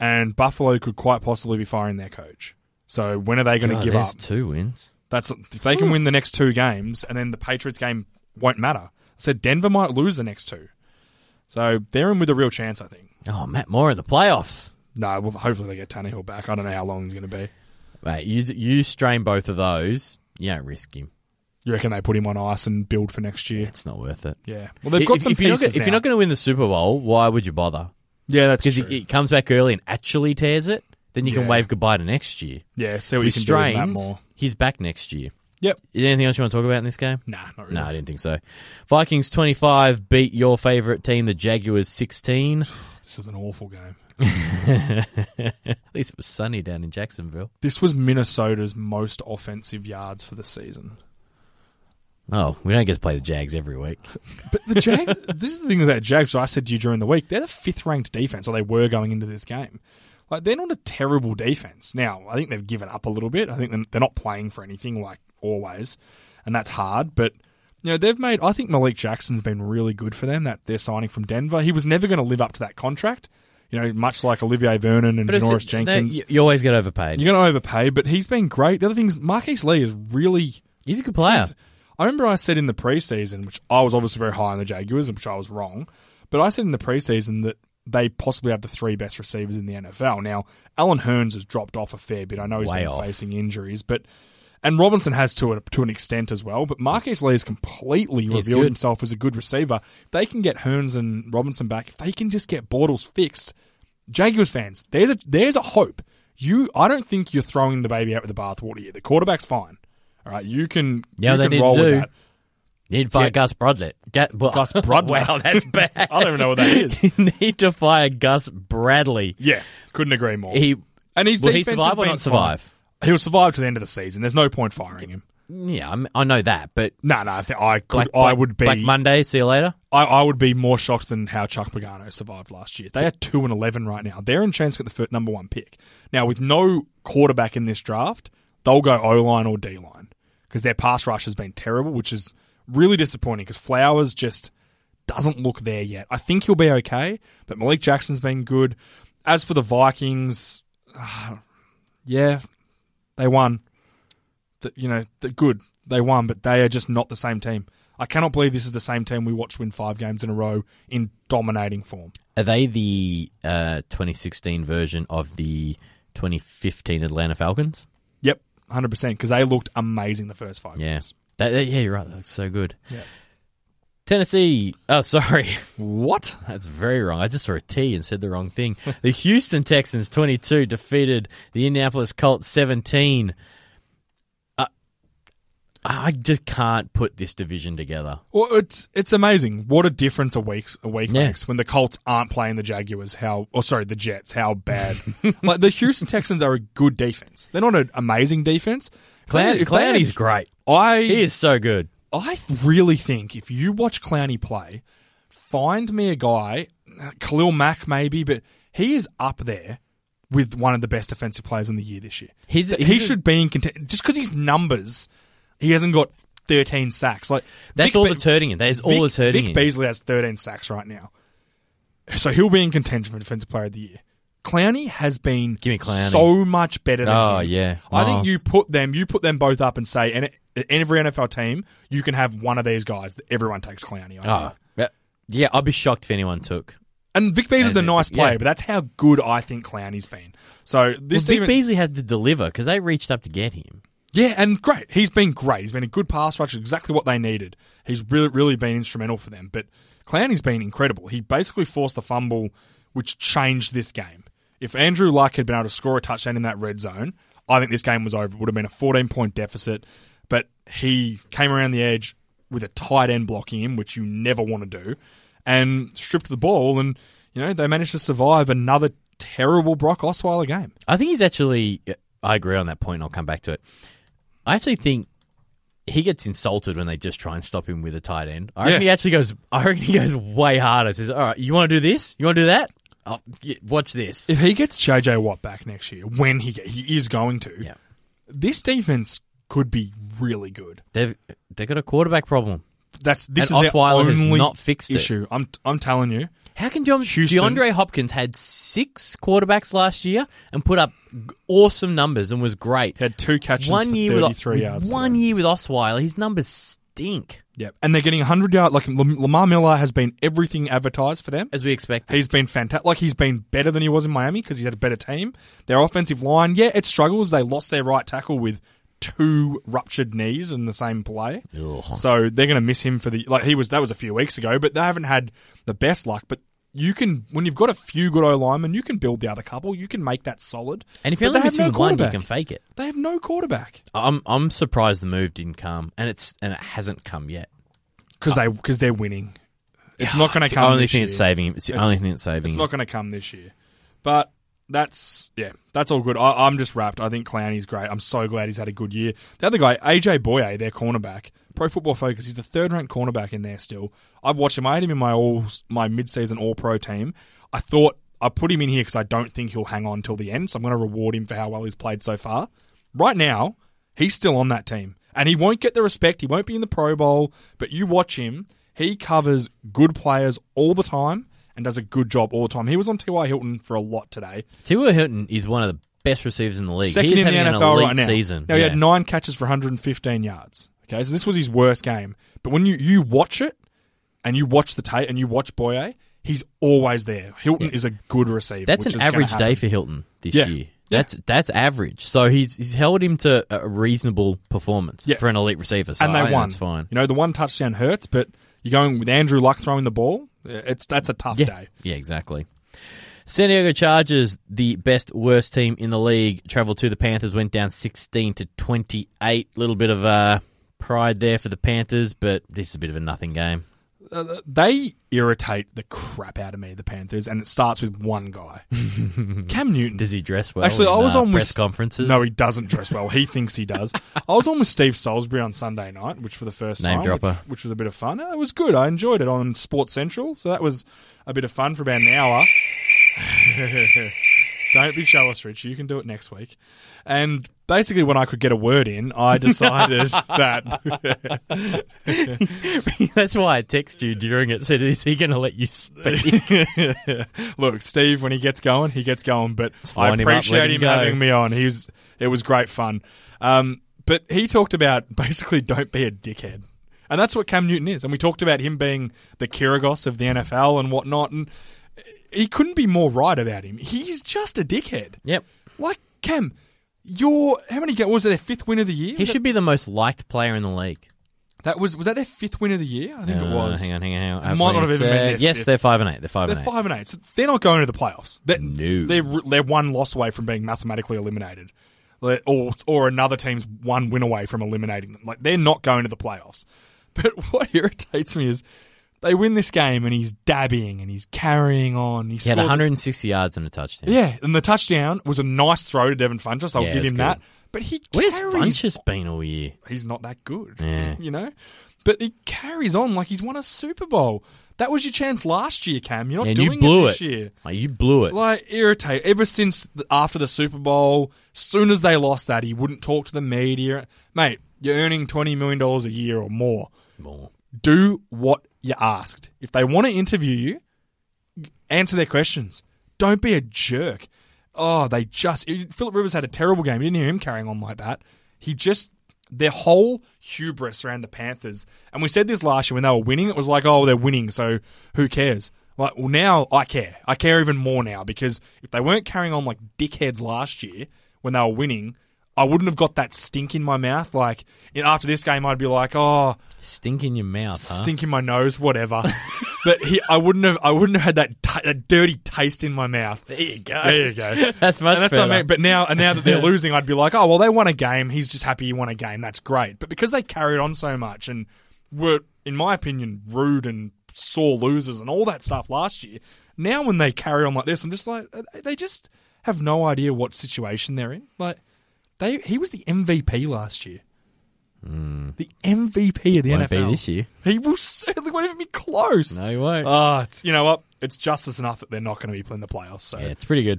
S4: and Buffalo could quite possibly be firing their coach. So when are they going to
S3: God,
S4: give
S3: Oh, there's
S4: up?
S3: two wins.
S4: That's if they can win the next two games, and then the Patriots game won't matter. So Denver might lose the next two. So they're in with a real chance, I think.
S3: Oh, Matt Moore in the playoffs.
S4: No, well, hopefully they get Tannehill back. I don't know how long he's going to be.
S3: Mate, you you strain both of those. You don't risk him.
S4: You reckon they put him on ice and build for next year?
S3: It's not worth it.
S4: Yeah. Well, they've got
S3: if,
S4: some
S3: if you're not,
S4: pieces
S3: gonna- if you're not
S4: now.
S3: going to win the Super Bowl, why would you bother?
S4: yeah, that's
S3: Because
S4: true.
S3: it, it comes back early and actually tears it. Then you can
S4: Yeah.
S3: wave goodbye to next year.
S4: yeah, see what
S3: With
S4: you can do with Matt
S3: strains,
S4: Moore.
S3: he's back next year.
S4: Yep.
S3: Is there anything else you want to talk about in this game?
S4: Nah, not really.
S3: No, I didn't think so. Vikings 25 beat your favourite team, the Jaguars 16.
S4: This was an awful game.
S3: At least it was sunny down in Jacksonville.
S4: This was Minnesota's most offensive yards for the season.
S3: Oh, we don't get to play the Jags every week.
S4: But the Jag, [laughs] this is the thing about Jags. I said to you during the week, they're the fifth ranked defense, or they were going into this game. Like they're not a terrible defense. Now I think they've given up a little bit. I think they're- they're not playing for anything like always, and that's hard. But you know they've made. I think Malik Jackson's been really good for them. That they're signing from Denver. He was never going to live up to that contract. You know, much like Olivier Vernon and Janoris Jenkins.
S3: you, you always get overpaid.
S4: You're going to overpay, but he's been great. The other thing is Marquise Lee is really.
S3: He's a good player.
S4: I remember I said in the preseason, which I was obviously very high on the Jaguars, and which I was wrong, but I said in the preseason that they possibly have the three best receivers in the NFL. Now, Alan Hearns has dropped off a fair bit. I know he's
S3: Way
S4: been
S3: off.
S4: facing injuries, but and Robinson has to a, to an extent as well. But Marquise Lee has completely revealed
S3: good.
S4: himself as a good receiver. If they can get Hearns and Robinson back, if they can just get Bortles fixed, Jaguars fans, there's a there's a hope. You, I don't think you're throwing the baby out with the bathwater here. The quarterback's fine. All right, you can
S3: Yeah,
S4: you
S3: they
S4: can
S3: need to
S4: roll
S3: do.
S4: with that.
S3: You need to fire
S4: Yeah.
S3: Gus Bradley. Get, well, [laughs]
S4: Gus Bradley.
S3: wow, that's bad.
S4: I don't even know
S3: [laughs]
S4: what that is.
S3: you need to fire Gus Bradley.
S4: Yeah, couldn't agree more.
S3: He
S4: and his
S3: will he
S4: defense has
S3: survive or
S4: been
S3: not survive?
S4: fine. He'll survive to the end of the season. There's no point firing him.
S3: Yeah, I'm, I know that, but
S4: No, no, I, think I could,
S3: Black,
S4: I
S3: Black-
S4: would be,
S3: Black Monday. See you later.
S4: I, I would be more shocked than how Chuck Pagano survived last year. They are two and eleven right now. They're in chance to get the first, number one pick. Now with no quarterback in this draft, they'll go O line or D line because their pass rush has been terrible, which is really disappointing because Flowers just doesn't look there yet. I think he'll be okay, but Malik Jackson's been good. As for the Vikings, [sighs] ah, yeah, they won. Th- you know, they're good. They won, but they are just not the same team. I cannot believe this is the same team we watched win five games in a row in dominating form.
S3: Are they the uh, 2016 version of the 2015 Atlanta Falcons?
S4: Yep, 100%, because they looked amazing the first five
S3: Yeah.
S4: games.
S3: That, that- yeah, you're right. That looks so good. Tennessee. Oh, sorry. [laughs]
S4: What?
S3: That's very wrong. I just saw a T and said the wrong
S4: [laughs]
S3: thing. the Houston Texans 22 defeated the Indianapolis Colts 17. Uh, I just can't put this division together.
S4: Well, it's it's amazing what a difference a week a week
S3: Yeah.
S4: makes when the Colts aren't playing the Jaguars. How or sorry the Jets. How bad? [laughs] like the Houston Texans are a good defense. They're not an amazing defense. If they-
S3: Clown,
S4: if they had-
S3: Clowney's great.
S4: I
S3: He is so good.
S4: I th- really think if you watch Clowney play, find me a guy, Khalil Mack maybe, but he is up there with one of the best defensive players in the year this year.
S3: He's-
S4: he
S3: he's-
S4: should be in contention just because his numbers. He hasn't got thirteen sacks. Like
S3: That's
S4: Vic
S3: all
S4: Be-
S3: that's hurting him. That is all
S4: Vic-
S3: that's hurting
S4: Vic
S3: him.
S4: Beasley has 13 sacks right now. So he'll be in contention for Defensive Player of the Year. Clowney has been
S3: Give me Clowney.
S4: so much better than
S3: Oh,
S4: him.
S3: yeah.
S4: I think
S3: Miles.
S4: you put them you put them both up and say and it- every NFL team you can have one of these guys that everyone takes Clowney. I
S3: Oh,
S4: think.
S3: yeah. yeah, I'd be shocked if anyone took.
S4: And Vic Beasley's a
S3: And-
S4: nice player,
S3: yeah.
S4: but that's how good I think Clowney's been. So this
S3: Well, Vic
S4: team
S3: Beasley had to deliver because they reached up to get him.
S4: Yeah, and great. He's been great. He's been a good pass rusher, exactly what they needed. He's really, really been instrumental for them. But Clowney's been incredible. He basically forced the fumble, which changed this game. If Andrew Luck had been able to score a touchdown in that red zone, I think this game was over. It would have been a 14 point deficit. But he came around the edge with a tight end blocking him, which you never want to do, and stripped the ball. And, you know, they managed to survive another terrible Brock Osweiler game.
S3: I think he's actually. I agree on that point, and I'll come back to it. I actually think he gets insulted when they just try and stop him with a tight end. I reckon
S4: Yeah.
S3: he actually goes. I reckon he goes way harder. Says, "All right, you want to do this? You want to do that? Oh, yeah, watch this."
S4: If he gets JJ Watt back next year, when he get, he is going to,
S3: Yeah,
S4: this defense could be really good.
S3: they've they have got a quarterback problem.
S4: That's this
S3: And
S4: is their
S3: Osweiler has
S4: only
S3: not fixed it.
S4: issue. I'm I'm telling you,
S3: How can John,
S4: Houston-
S3: DeAndre Hopkins had six quarterbacks last year and put up g- awesome numbers and was great?
S4: he had two catches
S3: one
S4: for
S3: year with,
S4: 33
S3: with
S4: yards.
S3: one year with Osweiler, his numbers stink
S4: Yep. And they're getting 100 yard like Lam- Lamar Miller has been everything advertised for them.
S3: as we expected.
S4: He's been fantastic. Like he's been better than he was in Miami because he's had a better team. Their offensive line, yeah, it struggles. They lost their right tackle with two ruptured knees in the same play. So they're going to miss him for the like he was. That was a few weeks ago, but they haven't had the best luck. But you can when you've got a few good O linemen, you can build the other couple. You can make that solid.
S3: And if you're
S4: But
S3: only
S4: they have no
S3: missing one, you
S4: quarterback.
S3: can fake it.
S4: They have no quarterback
S3: I'm I'm surprised the move didn't come, and it's and it hasn't come yet.
S4: because they because they're winning. It's not going to
S3: It's
S4: come.
S3: The only
S4: this
S3: thing
S4: year.
S3: that's saving him. It's the
S4: It's-
S3: only thing that's saving
S4: It's
S3: him.
S4: not going to come this year, but that's yeah, that's all good. I, I'm just wrapped. I think Clowney's great. I'm so glad he's had a good year. The other guy, AJ Boye, their cornerback, Pro Football Focus, he's the third ranked cornerback in there still. I've watched him. I had him in my all my mid season All Pro team. I thought I put him in here because I don't think he'll hang on till the end. So I'm going to reward him for how well he's played so far. Right now, he's still on that team, and he won't get the respect. He won't be in the Pro Bowl, but you watch him. He covers good players all the time and does a good job all the time. He was on T.Y. Hilton for a lot today.
S3: Tua Hilton is one of the best receivers in the league.
S4: Second
S3: He's
S4: in the
S3: having an
S4: NFL
S3: elite
S4: right now.
S3: season.
S4: Now he
S3: Yeah.
S4: had nine catches for 115 yards. Okay, so this was his worst game. But when you, you watch it and you watch the tape and you watch Boye, he's always there. Hilton is a good receiver.
S3: That's
S4: which
S3: an
S4: is gonna
S3: average day
S4: happen.
S3: for Hilton this
S4: Yeah.
S3: year.
S4: Yeah.
S3: That's that's average. So he's he's held him to a reasonable performance
S4: Yeah.
S3: for an elite receiver. So
S4: and
S3: I
S4: they
S3: think
S4: won.
S3: That's fine.
S4: You know, the one touchdown hurts, but you're going with Andrew Luck throwing the ball. eh, It's that's a tough
S3: Yeah.
S4: day.
S3: Yeah, exactly. San Diego Chargers, the best worst team in the league, traveled to the Panthers, went down sixteen to twenty eight. Little bit of uh, pride there for the Panthers, but this is a bit of a nothing game.
S4: Uh, they irritate the crap out of me, the Panthers, and it starts with
S3: [laughs]
S4: one guy, Cam Newton.
S3: Does he dress well?
S4: Actually,
S3: in,
S4: I was
S3: uh,
S4: on with
S3: press conferences.
S4: No,
S3: [laughs]
S4: he doesn't dress well. He thinks he does. [laughs] I was on with Steve Salisbury on Sunday night, which for the first
S3: Name
S4: time,
S3: dropper.
S4: Which, which was a bit of fun. It was good. I enjoyed it on Sports Central, so that was a bit of fun for about an hour. [laughs] Don't be jealous, Rich. You can do it next week. And basically, when I could get a word in, [laughs] I decided that
S3: That's why I text you during it. Said, "Is he going to let you speak?"
S4: [laughs] look, Steve, when he gets going, he gets going. But I
S3: wind him up, let
S4: appreciate
S3: him
S4: him,
S3: go.
S4: having me on. He was, it was great fun. Um, but he talked about [laughs] basically don't be a dickhead, and that's what Cam Newton is. And we talked about him being the Kyrgios of the NFL and whatnot. And he couldn't be more right about him. He's just a dickhead.
S3: yep.
S4: Like Cam, your how many ga- was it their fifth win of the year?
S3: He
S4: Was that-
S3: should be the most liked player in the league.
S4: That was was that their fifth win of the year? I think it
S3: Uh,
S4: was.
S3: Hang on, hang on, hang on.
S4: It might not have
S3: Hopefully
S4: even been
S3: it's, uh,
S4: their
S3: Yes,
S4: fifth.
S3: they're five and eight. They're five
S4: They're
S3: and eight.
S4: five and eight. So they're not going to the playoffs. They're,
S3: No.
S4: they're they're one loss away from being mathematically eliminated, Like, or or another team's one win away from eliminating them. Like they're not going to the playoffs. [laughs] But what irritates me is they win this game and he's dabbing and he's carrying on.
S3: He
S4: He,
S3: had
S4: scored the-
S3: 160 yards and a touchdown.
S4: Yeah, and the touchdown was a nice throw to Devin Funchess. I'll
S3: Yeah,
S4: give
S3: that's
S4: him that.
S3: good.
S4: But he
S3: Where's
S4: carries
S3: Funches been all year?
S4: [laughs] he's not that good.
S3: Yeah.
S4: You know? But he carries on like he's won a Super Bowl. That was your chance last year, Cam. You're not
S3: And
S4: doing
S3: you blew
S4: it
S3: it.
S4: this year.
S3: Like, you blew it.
S4: Like, irritate. Ever since the, after the Super Bowl, soon as they lost that, he wouldn't talk to the media. Mate, you're earning $20 million a year or more.
S3: More.
S4: Do what you asked. If they want to interview you, answer their questions. Don't be a jerk. Oh, they just. Philip Rivers had a terrible game. You didn't hear him carrying on like that. He just. Their whole hubris around the Panthers. And we said this last year when they were winning, it was like, oh, they're winning, so who cares? Like, well, now I care. I care even more now because if they weren't carrying on like dickheads last year when they were winning, I wouldn't have got that stink in my mouth. Like, you know, after this game, I'd be like, oh,
S3: Stink in your mouth, huh?
S4: stink in my nose, whatever. [laughs] but he, I wouldn't have, I wouldn't have had that, t- that dirty taste in my mouth.
S3: There you go.
S4: There you go.
S3: [laughs] That's much
S4: and that's what I
S3: better.
S4: mean. But now, and now that
S3: [laughs]
S4: they're losing, I'd be like, oh well, they won a game. He's just happy he won a game. That's great. But because they carried on so much and were, in my opinion, rude and sore losers and all that stuff last year, now when they carry on like this, I'm just like, uh, they just have no idea what situation they're in. Like, they he was the MVP last year.
S3: Hmm.
S4: The MVP of the
S3: Won't be
S4: NFL
S3: this year. Oh.
S4: He will certainly won't even be close.
S3: No, you won't.
S4: Ah, it's you know what? It's justice enough that they're not going to be in the playoffs. So
S3: yeah, it's pretty good.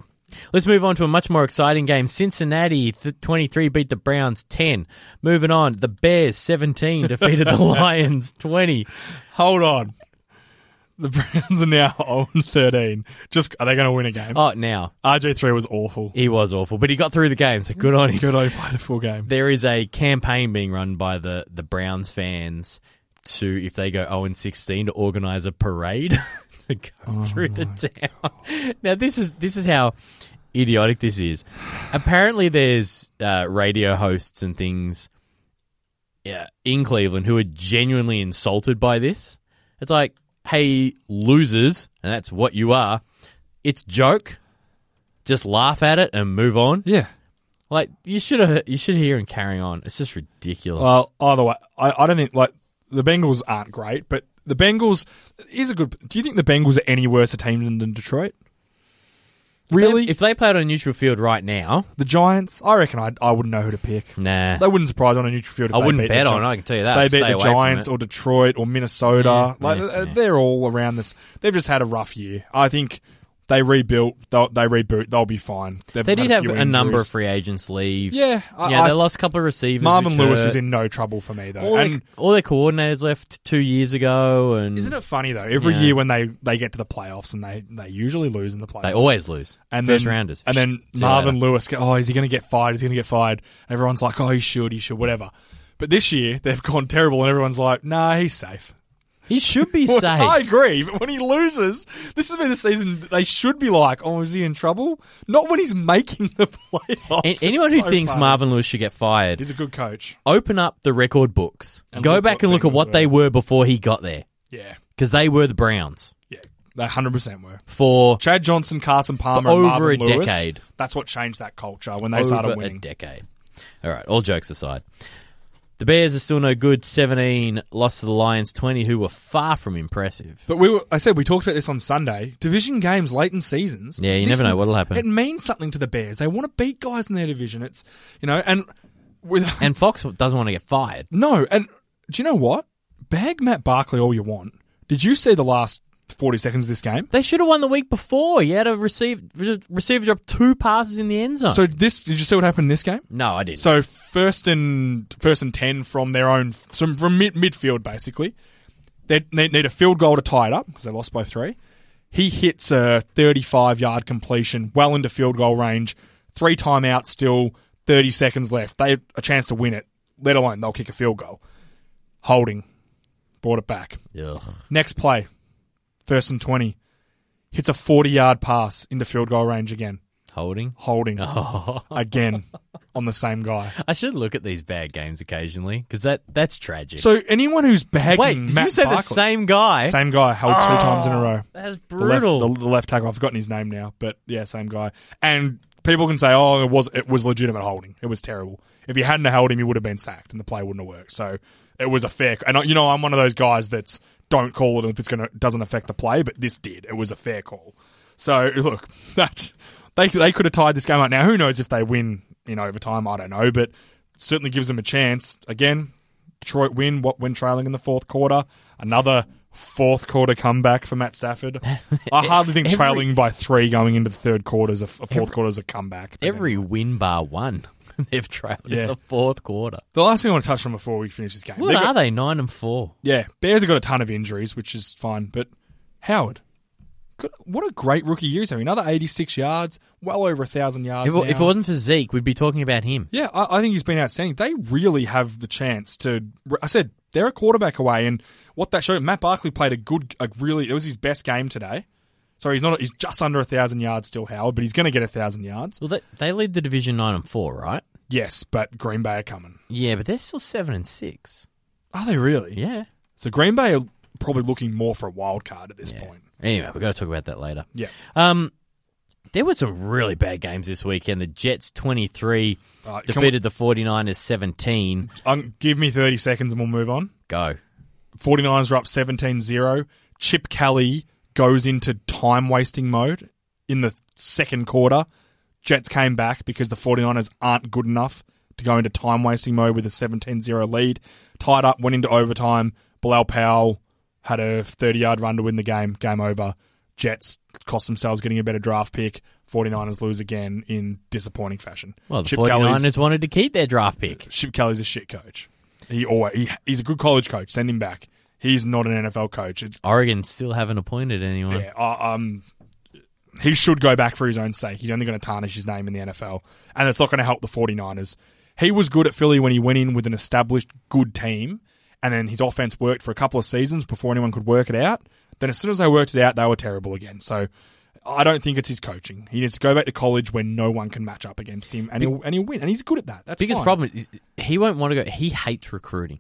S3: Let's move on to a much more exciting game. Cincinnati th- 23 beat the Browns 10. Moving on, the Bears 17 [laughs] defeated
S4: [laughs]
S3: the Lions 20.
S4: hold on. The [laughs] Browns are now 0 13. Just are they going to win a game?
S3: Oh, now
S4: RJ three was awful.
S3: he was awful, but he got through the game, so good on him.
S4: Good, I played a full game.
S3: there is a campaign being run by the, the Browns fans to, if they go 0 and 16, to organise a parade [laughs] to go through the town. Now, this is this is how idiotic this is. Apparently, there's uh, radio hosts and things yeah, in Cleveland who are genuinely insulted by this. It's like, hey, losers, and that's what you are. It's joke. Just laugh at it and move on.
S4: Yeah.
S3: Like you should have, you should hear him carrying on. It's just ridiculous.
S4: Well, either way, I, I don't think like the Bengals aren't great, but the Bengals is a good. Do you think the Bengals are any worse a team than, than Detroit? Really?
S3: if they played on a neutral field right now,
S4: the Giants? I reckon I I wouldn't know who to pick.
S3: nah,
S4: They wouldn't surprise on a neutral field. If
S3: Eh. I
S4: they
S3: wouldn't
S4: beat the
S3: bet
S4: Gi-
S3: on. it, I can tell you that.
S4: they
S3: Stay
S4: beat
S3: away
S4: the
S3: from
S4: Giants
S3: it.
S4: or Detroit or Minnesota.
S3: Yeah,
S4: like
S3: yeah,
S4: uh,
S3: yeah.
S4: they're all around this. They've just had a rough year. I think they rebuilt. They'll, they reboot. They'll be fine. They've
S3: they
S4: had
S3: did have
S4: few
S3: a number of
S4: injuries.
S3: free agents leave.
S4: Yeah, I,
S3: yeah,
S4: I-
S3: they lost a couple of receivers.
S4: Marvin
S3: which
S4: Lewis
S3: hurt.
S4: is in no trouble for me though.
S3: All,
S4: and
S3: their, all their coordinators left two years ago, and
S4: isn't it funny though? Every
S3: Yeah.
S4: year when they, they get to the playoffs and they, they usually lose in the playoffs.
S3: they always lose
S4: and
S3: first
S4: then,
S3: rounders.
S4: And then
S3: See you
S4: Marvin
S3: later.
S4: Lewis, go, oh, is he going to get fired? Is he going to get fired? Everyone's like, oh, he should, he should, whatever. But this year they've [laughs] gone terrible, and everyone's like, nah, he's safe.
S3: he should
S4: [laughs]
S3: be
S4: Well,
S3: safe.
S4: I agree, but when he loses, this has been the season that they should be like, oh, is he in trouble? Not when he's making the playoffs.
S3: A-
S4: It's
S3: anyone who
S4: so
S3: thinks
S4: funny.
S3: Marvin Lewis should get fired,
S4: He's a good coach.
S3: open up the record books,
S4: And
S3: go
S4: look
S3: back
S4: what
S3: and look at
S4: Bengals
S3: what
S4: were.
S3: they were before he got there,
S4: Yeah.
S3: because they were the Browns
S4: Yeah. They 100% were.
S3: for
S4: Chad Johnson, Carson Palmer,
S3: For
S4: and
S3: over
S4: Marvin
S3: a
S4: Lewis,
S3: decade.
S4: That's what changed that culture when they
S3: over
S4: started
S3: a
S4: winning.
S3: decade. All right, all jokes aside, the Bears are still no good. Seventeen lost to the Lions, twenty, who were far from impressive.
S4: But we were, I said we talked about this on Sunday. Division games late in seasons.
S3: Yeah, you
S4: This-
S3: never know what'll happen.
S4: It means something to the Bears. They want to beat guys in their division. It's you know, and with
S3: And Fox doesn't want to get fired.
S4: no, and do you know what? Bag Matt Barkley all you want. Did you see the last 40 seconds of this game.
S3: They should have won the week before. You had a receive, receiver drop two passes in the end zone.
S4: So this, did you see what happened in this game?
S3: no, I didn't.
S4: So first and first and ten from their own from, from mid, midfield basically. They, they need a field goal to tie it up because they lost by three. He hits a 35 yard completion, well into field goal range. Three timeouts, still 30 seconds left. They had a chance to win it, let alone they'll kick a field goal. Holding, brought it back.
S3: Ugh.
S4: Next play, first and 20, hits a 40 yard pass into field goal range again.
S3: holding. [laughs]
S4: Holding again on the same guy.
S3: I should look at these bad games occasionally because that that's tragic.
S4: So anyone who's bagging
S3: Wait, did
S4: Matt
S3: you say the
S4: Barkley-
S3: same Oh. guy?
S4: Same guy held two times in a row.
S3: That's
S4: The left,
S3: brutal.
S4: the, the left tackle. I've forgotten his name now, but yeah, same guy. And people can say, "Oh, it was it was legitimate holding. It was terrible. If you hadn't held him, you would have been sacked, and the play wouldn't have worked." So it was a fair. And I- you know, I'm one of those guys that's don't call it if it's gonna doesn't affect the play, but this did. It was a fair call. So look, [laughs] that they they could have tied this game up. Now who knows if they win in overtime? I don't know, but certainly gives them a chance. Again, Detroit win what when trailing in the fourth quarter. Another fourth quarter comeback for Matt Stafford.
S3: [laughs]
S4: I hardly think
S3: Every-
S4: trailing by three going into the third quarter is a, a fourth quarter is a comeback. But
S3: Every win bar one. [laughs] They've trailed
S4: Yeah.
S3: in the fourth quarter.
S4: the last thing I want to touch on before we finish this game.
S3: What
S4: they've
S3: are
S4: got-
S3: they? Nine and four.
S4: Yeah, Bears have got a ton of injuries, which is fine. But Howard, good, what a great rookie year he's having. Another eighty-six yards, well over a thousand yards.
S3: If it, if it
S4: now.
S3: wasn't for Zeke, we'd be talking about him.
S4: Yeah, I, I think he's been outstanding. They really have the chance to. I said they're a quarterback away, and what that showed, Matt Barkley played a good, a really. It was his best game today. Sorry, he's not. He's just under a thousand yards still, Howard, but he's going to get a thousand yards.
S3: Well, they, they lead the division nine and four, right?
S4: Yes, but Green Bay are coming.
S3: Yeah, but they're still seven and six.
S4: Are they really?
S3: Yeah.
S4: So Green Bay are probably looking more for a wild card at this point.
S3: Anyway, we've got to talk about that later.
S4: Yeah.
S3: Um, there were some really bad games this weekend. The Jets 23
S4: All right, can we-
S3: defeated the 49ers 17.
S4: um, give me thirty seconds and we'll move on.
S3: Go.
S4: 49ers are up 17-0. Chip Kelly goes into time-wasting mode in the second quarter. Jets came back because the 49ers aren't good enough to go into time-wasting mode with a 17-0 lead. Tied up, went into overtime. Bilal Powell had a 30-yard run to win the game. Game over. Jets cost themselves getting a better draft pick. 49ers lose again in disappointing fashion.
S3: Well, the
S4: Chip
S3: 49ers
S4: Kelly's,
S3: wanted to keep their draft pick.
S4: Chip Kelly's a shit coach. He always he, he's a good college coach. Send him back. He's not an NFL coach. It's,
S3: Oregon still haven't appointed anyone.
S4: yeah, I- um, he should go back for his own sake. He's only going to tarnish his name in the NFL, and it's not going to help the 49ers. He was good at Philly when he went in with an established good team, and then his offense worked for a couple of seasons before anyone could work it out. Then as soon as they worked it out, they were terrible again. So I don't think it's his coaching. He needs to go back to college where no one can match up against him, and he'll and he'll win. And he's good at that. That's
S3: Biggest
S4: fine.
S3: problem is he won't want to go. He hates recruiting.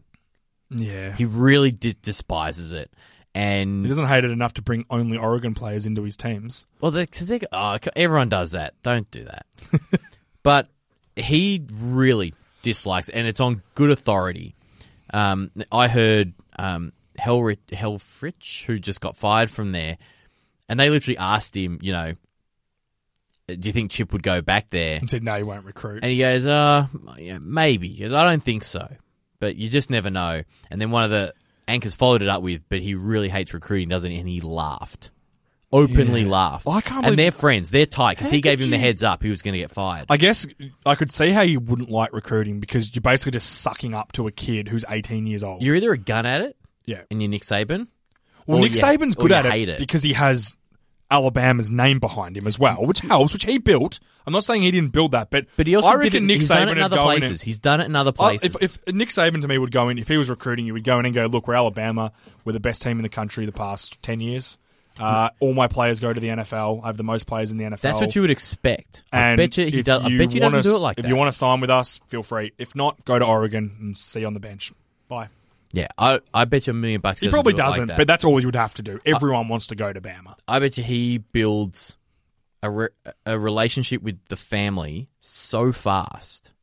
S4: Yeah,
S3: He really dis- despises it.
S4: He
S3: And
S4: doesn't hate it enough to bring only Oregon players into his teams.
S3: well, because they, oh, c- everyone does that. Don't do that. but he really dislikes, and it's on good authority. Um, I heard um, Helrich, Helfrich, who just got fired from there, and they literally asked him, you know, do you think Chip would go back there?
S4: And said, no, you won't recruit.
S3: And he goes, uh, yeah, maybe. He goes, I don't think so. But you just never know. And then one of the anchors followed it up with, but he really hates recruiting, doesn't he? And he laughed. Openly laughed.
S4: Well, I can't
S3: and
S4: believe-
S3: they're friends. They're tight because
S4: How
S3: he gave
S4: could
S3: him the
S4: you-
S3: heads up he was going to get fired.
S4: I guess I could see how you wouldn't like recruiting because you're basically just sucking up to a kid who's 18 years old.
S3: You're either a gun at it
S4: yeah.
S3: and you're Nick Saban.
S4: Well,
S3: or
S4: Nick
S3: you-
S4: Saban's
S3: or
S4: good
S3: you
S4: at
S3: hate
S4: it,
S3: it.
S4: because he has Alabama's name behind him as well, which helps, which he built. I'm not saying he didn't build that, but,
S3: But he also
S4: I
S3: did it,
S4: reckon Nick
S3: he's
S4: Saban
S3: done it in
S4: would
S3: other
S4: go in and-
S3: places. he's done it in other
S4: I-
S3: places.
S4: If, if Nick Saban to me would go in, if he was recruiting you, would go in and go, look, we're Alabama, we're the best team in the country the past ten years. Uh, all my players go to the NFL. I have the most players in the NFL.
S3: That's what you would expect. I
S4: And
S3: bet you he
S4: if
S3: does. I bet you
S4: wanna
S3: doesn't do it
S4: s-
S3: like
S4: if
S3: that.
S4: you want to sign with us, feel free. If not, go to Oregon and see you on the bench. Bye.
S3: yeah, I, I bet you a million bucks.
S4: He probably
S3: do it like
S4: doesn't,
S3: that.
S4: but that's all you would have to do. Everyone wants to go to Bama.
S3: I bet you he builds a, re- a relationship with the family so fast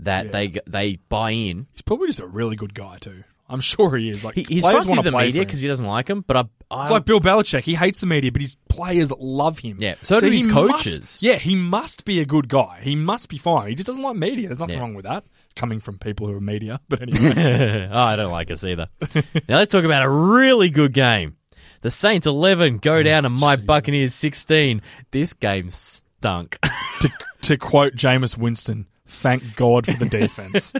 S3: that they g- they buy in.
S4: He's probably just a really good guy too. I'm [laughs] sure he is. Like
S3: He, he's
S4: players
S3: fussy
S4: want
S3: with
S4: to
S3: the
S4: play
S3: media
S4: for him.
S3: because he doesn't like them, but I, I [laughs]
S4: It's like Bill Belichick. He hates the media, but his players love him.
S3: Yeah, so do
S4: he
S3: his
S4: must-
S3: coaches.
S4: yeah, he must be a good guy. He must be fine. He just doesn't like media. There's nothing
S3: Yeah.
S4: wrong with that. Coming from people who are media, [laughs] but anyway,
S3: [laughs] oh, I don't like us either. now let's talk about a really good game. The Saints 11 go down and my Buccaneers 16. This game stunk. [laughs]
S4: to to quote Jameis Winston, thank
S3: [laughs]
S4: God for the defense.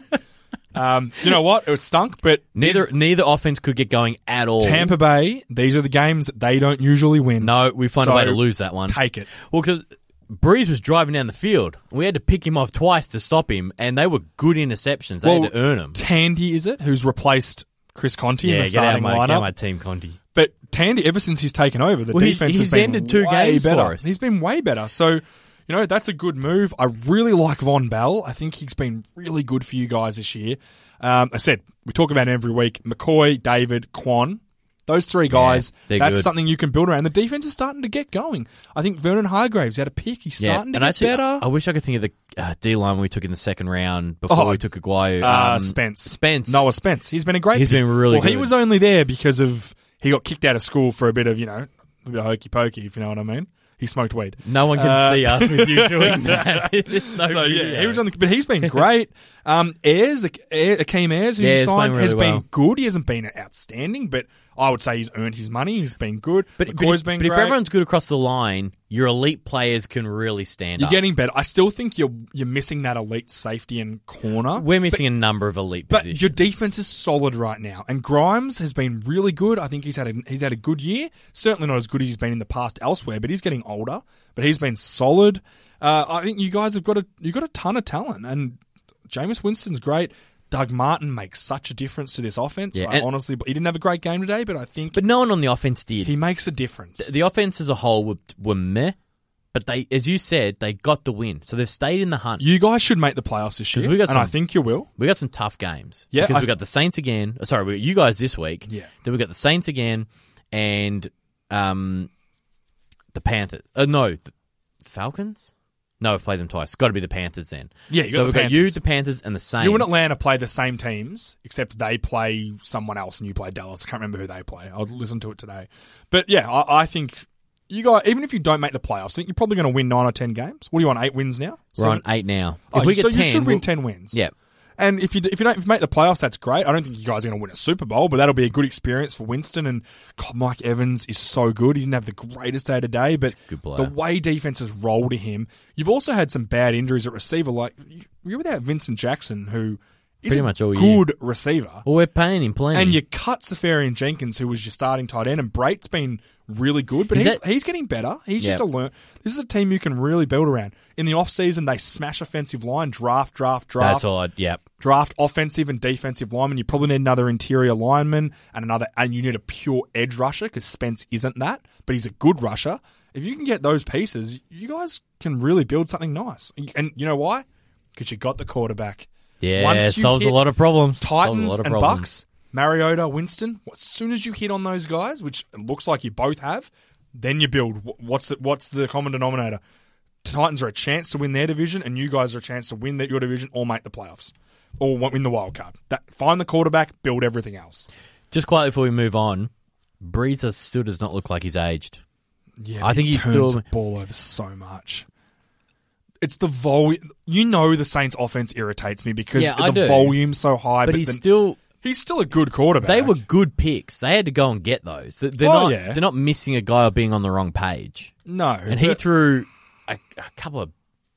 S4: um, you know what? It was stunk, but
S3: neither neither offense could get going at all.
S4: Tampa Bay. These are the games that they don't usually win.
S3: No, we find a
S4: So,
S3: way to lose that one.
S4: Take it.
S3: Well, because Breeze was driving down the field. We had to pick him off twice to stop him, and they were good interceptions. They had to earn
S4: [laughs]
S3: them.
S4: Tandy is it who's replaced Chris Conti in
S3: Yeah,
S4: the
S3: get out, of
S4: starting
S3: my, get out of
S4: lineup?
S3: my team, Conti.
S4: But Tandy, ever since he's taken over, the
S3: Well, he's-
S4: defense
S3: he's
S4: has been
S3: ended two
S4: way
S3: games
S4: better.
S3: for us.
S4: He's been way better. So, you know, that's a good move. I really like Von Bell. I think he's been really good for you guys this year. Um, I said we talk about him every week: McCoy, David, Quan. Those three guys.
S3: they're
S4: that's
S3: good.
S4: something you can build around. The defense is starting to get going. I think Vernon Hargraves had a pick. He's
S3: Yeah, and
S4: starting to get
S3: actually,
S4: better.
S3: I wish I could think of the uh, D line we took in the second round before
S4: Oh,
S3: we took Aguayo.
S4: uh,
S3: Um,
S4: Spence.
S3: Spence.
S4: Noah Spence. He's been a great.
S3: He's
S4: pick.
S3: been really
S4: Well, he
S3: good.
S4: was only there because of he got kicked out of school for a bit of you know a bit of hokey pokey, if you know what I mean. He smoked weed.
S3: No one can
S4: Uh,
S3: see us with
S4: [laughs]
S3: you doing that. [laughs] There's no
S4: So yeah,
S3: video.
S4: he was on the, but he's been
S3: [laughs]
S4: great. Um, Ayers, Ak- Ay- Akeem Ayers, who
S3: Yeah,
S4: you
S3: he's playing
S4: signed,
S3: really
S4: has
S3: well.
S4: been good. He hasn't been outstanding, but I would say he's earned his money. He's been good.
S3: But, but,
S4: McCoy's
S3: if,
S4: been
S3: but if
S4: great.
S3: everyone's good across the line, your elite players can really stand
S4: you're
S3: up.
S4: getting better. I still think you're you're missing that elite safety and corner.
S3: We're missing a number of elite
S4: But
S3: positions.
S4: your defense is solid right now, and Grimes has been really good. I think he's had a, he's had a good year. Certainly not as good as he's been in the past elsewhere, but he's getting older. But he's been solid. Uh, I think you guys have got a you got a ton of talent, and Jameis Winston's great. Doug Martin makes such a difference to this offense.
S3: Yeah,
S4: I
S3: and-
S4: honestly, he didn't have a great game today, but I think
S3: But no one on the offense did.
S4: he makes a difference.
S3: the offense as a whole were, were meh, but they, as you said, they got the win, so they've stayed in the hunt.
S4: you guys should make the playoffs this year,
S3: we got
S4: and I
S3: some-
S4: think you will.
S3: we got some tough games.
S4: Yeah,
S3: because
S4: I
S3: we got the Saints again. oh, Sorry, we got you guys this week.
S4: Yeah.
S3: Then we got the Saints again, and um, the Panthers. Uh, no, the Falcons. No, I've played them twice. Got to be the Panthers then.
S4: Yeah, you
S3: so
S4: got the
S3: we've got you,
S4: Panthers.
S3: the Panthers, and the Saints.
S4: You and Atlanta play the same teams, except they play someone else and you play Dallas. I can't remember who they play. I'll listen to it today. But yeah, I, I think you guys, even if you don't make the playoffs, I think you're probably going to win nine or ten games. What do you want? Eight wins now.
S3: We're
S4: Seven?
S3: on eight now.
S4: Oh,
S3: if we get
S4: so
S3: 10
S4: you should
S3: we'll-
S4: win ten wins.
S3: Yeah.
S4: And if you if you don't if you make the playoffs, that's great. I don't think you guys are going to win a Super Bowl, but that'll be a good experience for Winston. And God, Mike Evans is so good. He didn't have the greatest day today, but
S3: good player.
S4: the way defenses roll to him, you've also had some bad injuries at receiver. Like you- you're without Vincent Jackson, who is
S3: Pretty
S4: a
S3: much all year.
S4: good receiver,
S3: Well, we're paying him plenty.
S4: and you cut Safarian Jenkins, who was your starting tight end, and Brait's been really good, but
S3: Is
S4: he's,
S3: that-
S4: he's getting better. He's
S3: Yeah.
S4: just a learn. This is a team you can really build around. In the offseason, they smash offensive line, draft, draft, draft
S3: That's all. I, yeah.
S4: draft offensive and defensive linemen. You probably need another interior lineman and another, and you need a pure edge rusher because Spence isn't that, but he's a good rusher. If you can get those pieces, you guys can really build something nice. And- And you know why? Because you got the quarterback.
S3: Yeah,
S4: Once you
S3: solves a
S4: hit
S3: lot of problems. Solves a
S4: Titans
S3: lot of
S4: and
S3: problems.
S4: Bucks, Mariota, Winston. As soon as you hit on those guys, which it looks like you both have, then you build. Wh- What's the, what's the common denominator? Titans are a chance to win their division, and you guys are a chance to win that your division or make the playoffs or wa- win the wild card. That find the quarterback, build everything else.
S3: Just quietly before we move on, Breeze does- still does not look like he's aged.
S4: Yeah,
S3: I
S4: but
S3: think
S4: he
S3: he's
S4: turns
S3: still-
S4: the ball over so much. It's the volume. You know the Saints' offense irritates me because
S3: Yeah,
S4: the
S3: I do.
S4: volume's so high.
S3: But
S4: But,
S3: he's
S4: then-
S3: still.
S4: he's still a good quarterback.
S3: They were good picks. They had to go and get those. They- They're
S4: Oh,
S3: not.
S4: yeah.
S3: They're not missing a guy or being on the wrong page.
S4: no,
S3: And he
S4: but-
S3: threw a, a couple of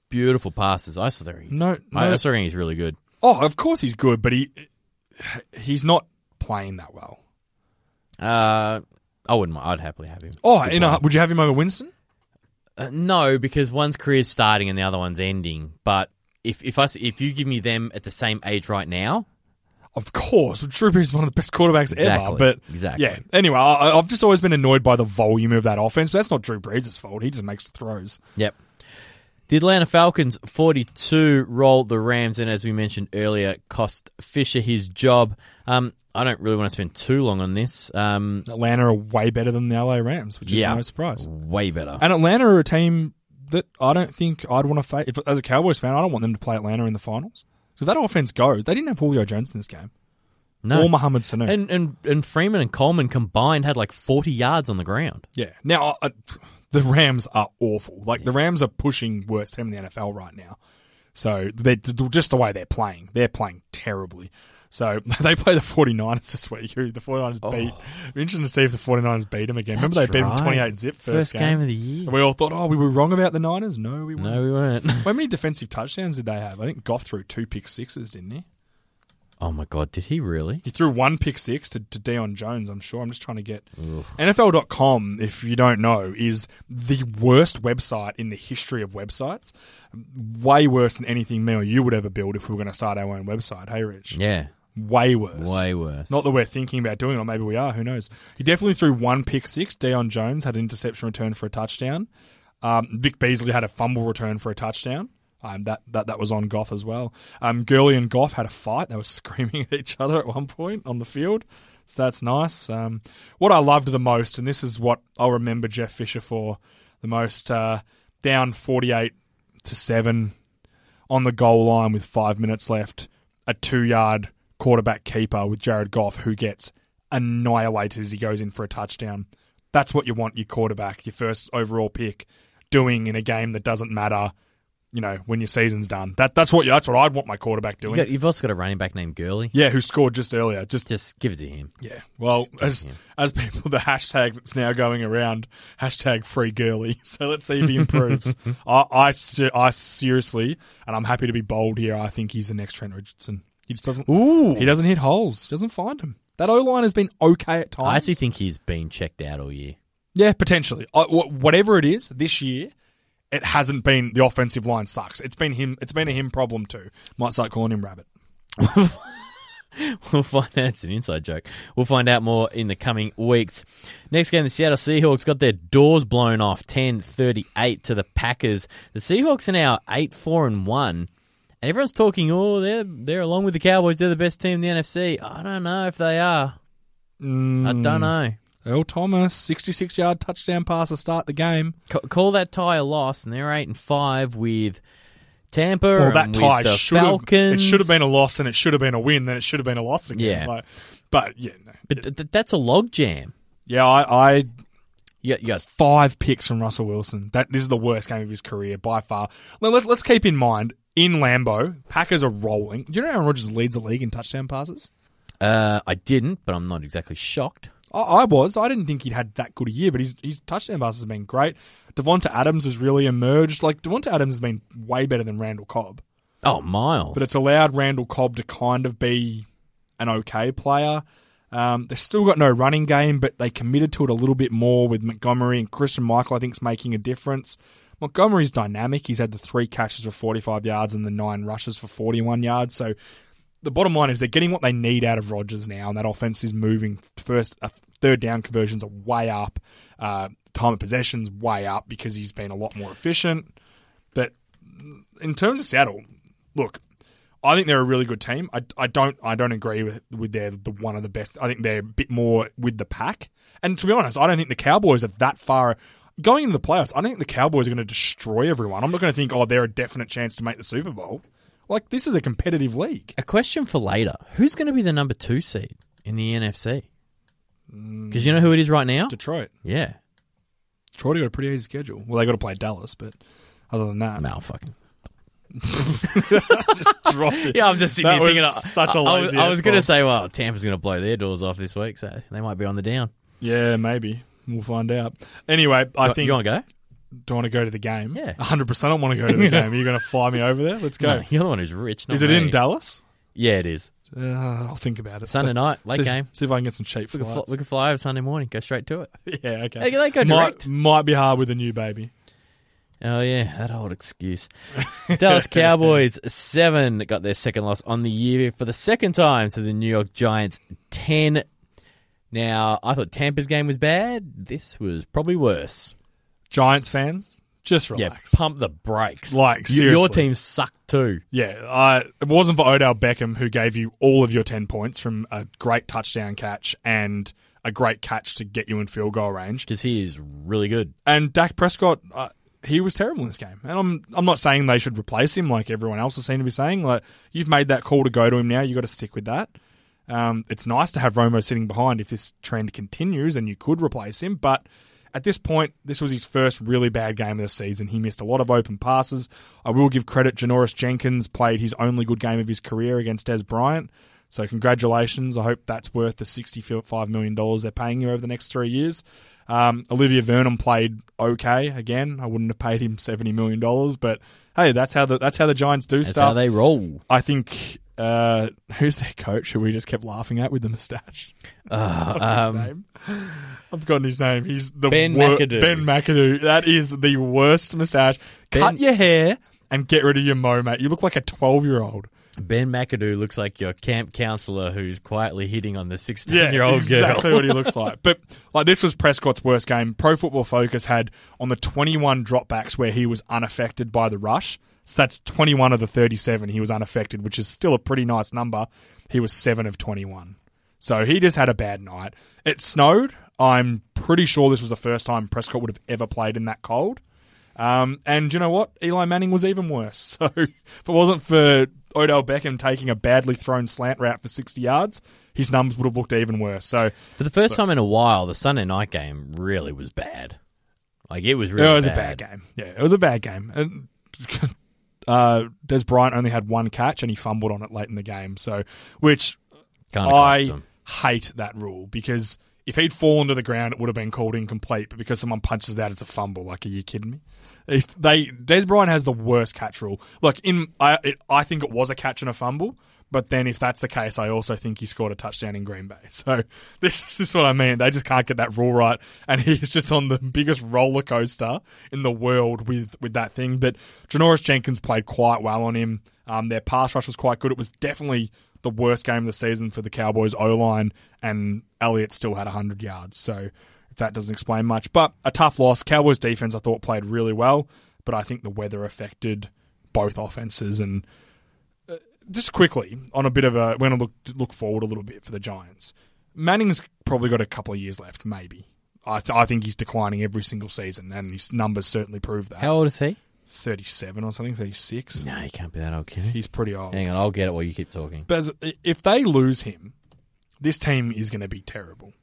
S3: beautiful passes. I saw there he's
S4: No,
S3: I,
S4: no.
S3: I saw he's really good.
S4: Oh, of course he's good, but he [sighs] he's not playing that well.
S3: Uh, I wouldn't. mind. I'd happily have him.
S4: Oh, you know, would you have him over Winston?
S3: Uh, no, because one's career's starting and the other one's ending. But if if I s- if you give me them at the same age right now,
S4: Of course, Drew Brees is one of the best quarterbacks
S3: Exactly,
S4: ever. But
S3: exactly.
S4: yeah. Anyway, I, I've just always been annoyed by the volume of that offense. But that's not Drew Brees' fault. He just makes throws.
S3: Yep. The Atlanta Falcons 42 rolled the Rams, and as we mentioned earlier, cost Fisher his job. Um, I don't really want to spend too long on this. Um,
S4: Atlanta are way better than the LA Rams, which is
S3: yeah,
S4: no surprise.
S3: Way better.
S4: And Atlanta are a team that I don't think I'd want to face. If, as a Cowboys fan, I don't want them to play Atlanta in the finals. So that offense goes. They didn't have Julio Jones in this game
S3: no.
S4: or Muhammad Sanu.
S3: and, and and Freeman and Coleman combined had like 40 yards on the ground.
S4: Yeah. Now, uh, the Rams are awful. Like, the Rams are pushing worst team in the NFL right now. So, they're just the way they're playing. They're playing terribly. So [laughs] they play the 49ers this week, [laughs] who the 49ers beat. It'd be interesting to see if the 49ers beat them again. Remember,
S3: Oh. That's
S4: they beat
S3: right.
S4: them 28 zip first,
S3: First game of the year.
S4: And we all thought, oh, we were wrong about the Niners. No, we weren't.
S3: No, we weren't. [laughs]
S4: How many defensive touchdowns did they have? I think Goff threw two pick sixes, didn't he?
S3: oh my god, did he really?
S4: He threw one pick six to, to Deion Jones, I'm sure. I'm just trying to get. NFL.com, if you don't know, is the worst website in the history of websites. Way worse than anything me or you would ever build if we were going to start our own website. Hey, Rich.
S3: Yeah,
S4: Way worse.
S3: way worse.
S4: Not that we're thinking about doing it, or maybe we are. Who knows? He definitely threw one pick six. Deion Jones had an interception return for a touchdown. Um, Vic Beasley had a fumble return for a touchdown. Um, that, that that was on Goff as well. Um, Gurley and Goff had a fight. They were [laughs] screaming at each other at one point on the field. So that's nice. Um, what I loved the most, and this is what I'll remember Jeff Fisher for the most, uh, down 48 to 7 on the goal line with five minutes left, a two yard quarterback keeper with Jared Goff who gets annihilated as he goes in for a touchdown. That's what you want your quarterback, your first overall pick, doing in a game that doesn't matter. You know when your season's done. That that's what you, that's what I'd want my quarterback
S3: you
S4: doing.
S3: have also got a running back named Gurley.
S4: yeah, who scored just earlier? Just
S3: Just give it to him.
S4: yeah. Well,
S3: Just
S4: as
S3: kidding,
S4: as people, the hashtag that's now going around, hashtag free girly. [laughs] So let's see if he
S3: [laughs]
S4: improves. I, I, se- I seriously, and I'm happy to be bold here. I think he's the next Trent Richardson. He just doesn't.
S3: Ooh,
S4: He doesn't hit holes. Doesn't find them. That O line has been okay at times.
S3: I actually think he's been checked out all year.
S4: Yeah, potentially. I, wh- whatever it is this year, it hasn't been the offensive line sucks. It's been him. It's been a him problem too. Might start calling him Rabbit.
S3: [laughs] We'll find out. It's an inside joke. We'll find out more in the coming weeks. Next game, the Seattle Seahawks got their doors blown off, 10-38 to the Packers. The Seahawks are now 8-4 and 1. And everyone's talking, oh, they're they're along with the Cowboys. They're the best team in the NFC. I don't know if they are. I
S4: Mm.
S3: don't know.
S4: Earl Thomas, 66 yard touchdown pass to start the game.
S3: C- call that tie a loss, and they're eight and five with Tampa.
S4: Well,
S3: and
S4: that tie
S3: with the
S4: should have it
S3: Falcons.
S4: should have been a loss, and it should have been a win, then it should have been a loss again.
S3: Yeah.
S4: Like, but yeah, no.
S3: but th- th- that's a logjam.
S4: yeah, I, I
S3: You, you got
S4: five picks from Russell Wilson. That this is the worst game of his career by far. Now, let's let's keep in mind in Lambeau, Packers are rolling. Do you know Aaron Rodgers leads the league in touchdown passes?
S3: Uh, I didn't, but I'm not exactly shocked.
S4: I, I was. I didn't think he'd had that good a year, but his his touchdown passes have been great. Devonta Adams has really emerged. Like Devonta Adams has been way better than Randall Cobb.
S3: Oh, Miles.
S4: but it's allowed Randall Cobb to kind of be an okay player. Um, they've still got no running game, but they committed to it a little bit more with Montgomery and Christian Michael. I think is making a difference. Montgomery's dynamic. He's had the three catches for 45 yards and the nine rushes for 41 yards. So the bottom line is they're getting what they need out of Rodgers now, and that offense is moving. First, uh, third down conversions are way up. Uh, time of possessions way up because he's been a lot more efficient. But in terms of Seattle, look, I think they're a really good team. I, I don't I don't agree with with they're the one of the best. I think they're a bit more with the pack. And to be honest, I don't think the Cowboys are that far going into the playoffs. I don't think the Cowboys are going to destroy everyone. I'm not going to think oh they're a definite chance to make the Super Bowl. Like this is a competitive league. [laughs]
S3: a question for later. Who's going to be the number two seed in the NFC? Because you know who it is right now.
S4: Detroit.
S3: Yeah,
S4: Detroit got a pretty easy schedule. Well, they got to play Dallas, but other than [laughs] that,
S3: Mal fucking.
S4: drop
S3: [laughs]
S4: it.
S3: Yeah, I'm just sitting
S4: That
S3: here
S4: was
S3: thinking.
S4: such a
S3: I- I was-
S4: lazy
S3: I was going to
S4: F-bomb.
S3: say, well, Tampa's going to blow their doors off this week, so they might be on the down.
S4: Yeah, maybe we'll find out. Anyway, I
S3: You-
S4: think
S3: you want to
S4: do I want to go to the game.
S3: Yeah.
S4: 100. percent I want to go
S3: [laughs]
S4: to the game. Are you going to fly me over there? Let's
S3: go?
S4: go.
S3: No, you're the one who's rich. Not
S4: is it
S3: me.
S4: in Dallas?
S3: Yeah, it is.
S4: Uh, I'll think about it.
S3: Sunday night, late
S4: see,
S3: game.
S4: See if I can get some cheap
S3: We can, fly,
S4: flights.
S3: we can fly over Sunday morning. Go straight to it.
S4: [laughs] yeah, okay.
S3: They can- they go direct.
S4: might, might be hard with a new baby.
S3: Oh yeah, that old excuse. [laughs] Dallas Cowboys seven got their second loss on the year for the second time to the New York Giants ten. Now I thought Tampa's game was bad. This was probably worse.
S4: Giants fans, just relax.
S3: Yeah, pump the brakes.
S4: Like,
S3: Y- your
S4: seriously.
S3: team sucked too.
S4: Yeah, I, it wasn't for Odell Beckham who gave you all of your 10 points from a great touchdown catch and a great catch to get you in field goal range.
S3: Because he is really good.
S4: And Dak Prescott, uh, he was terrible in this game. And I'm I'm not saying they should replace him like everyone else has seemed to be saying. Like you've made that call to go to him now, you got to stick with that. Um, it's nice to have Romo sitting behind if this trend continues, and you could replace him. But at this point, this was his first really bad game of the season. He missed a lot of open passes. I will give credit. Janoris Jenkins played his only good game of his career against Des Bryant. So congratulations. I hope that's worth the $65 million they're paying you over the next three years. Um, Olivia Vernon played okay again. I wouldn't have paid him $70 million, but hey, that's how the, that's how the Giants do
S3: That's
S4: stuff.
S3: how they roll.
S4: I think uh, who's their coach who we just kept laughing at with the moustache? What's
S3: um,
S4: [laughs] his name? I've forgotten his name. He's the
S3: Ben McAdoo.
S4: Ben McAdoo. That is the worst moustache. Cut
S3: Ben-
S4: your hair and get rid of your mo, mate. You look like a twelve-year-old.
S3: Ben McAdoo looks like your camp counselor who's quietly hitting on the 16
S4: Yeah,
S3: year old
S4: exactly
S3: girl.
S4: what he looks like. But like this was Prescott's worst game. Pro Football Focus had on the 21 dropbacks where he was unaffected by the rush. So that's 21 of the 37 he was unaffected, which is still a pretty nice number. He was 7 of 21. So he just had a bad night. It snowed. I'm pretty sure this was the first time Prescott would have ever played in that cold. Um, and you know what? Eli Manning was even worse. [laughs] So if it wasn't for Odell Beckham taking a badly thrown slant route for 60 yards, his numbers would have looked even worse. So
S3: For the first time in a while, the Sunday night game really was bad. Like, it was really
S4: it was a bad game. Yeah, it was a bad game. And [laughs] uh, Des Bryant only had one catch and he fumbled on it late in the game. So, which
S3: Kind of cost
S4: I
S3: them.
S4: hate that rule because if he'd fallen to the ground, it would have been called incomplete. But because someone punches that, it's a fumble. Like, are you kidding me? If they Des Bryant has the worst catch rule. Like in, I it, I think it was a catch and a fumble. But then if that's the case, I also think he scored a touchdown in Green Bay. [laughs] So this, is what I mean. They just can't get that rule right, and [laughs] he's just on the biggest roller coaster in the world with with that thing. But Janoris Jenkins played quite well on him. Um, their pass rush was quite good. It was definitely the worst game of the season for the Cowboys O line, and Elliott still had 100 yards. So if that doesn't explain much, but a tough loss. Cowboys defense I thought played really well, but I think the weather affected both offenses. And uh, just quickly on a bit of a, we're going to look look forward a little bit for the Giants. Manning's probably got a couple of years left, maybe. I, th- I think he's declining every single season, and his numbers certainly prove that.
S3: How old is he?
S4: 37 or something, 36.
S3: No, he can't be that old, can he?
S4: He's pretty old.
S3: Hang on, I'll get it while you keep talking.
S4: But as- if they lose him, this team is going to be terrible.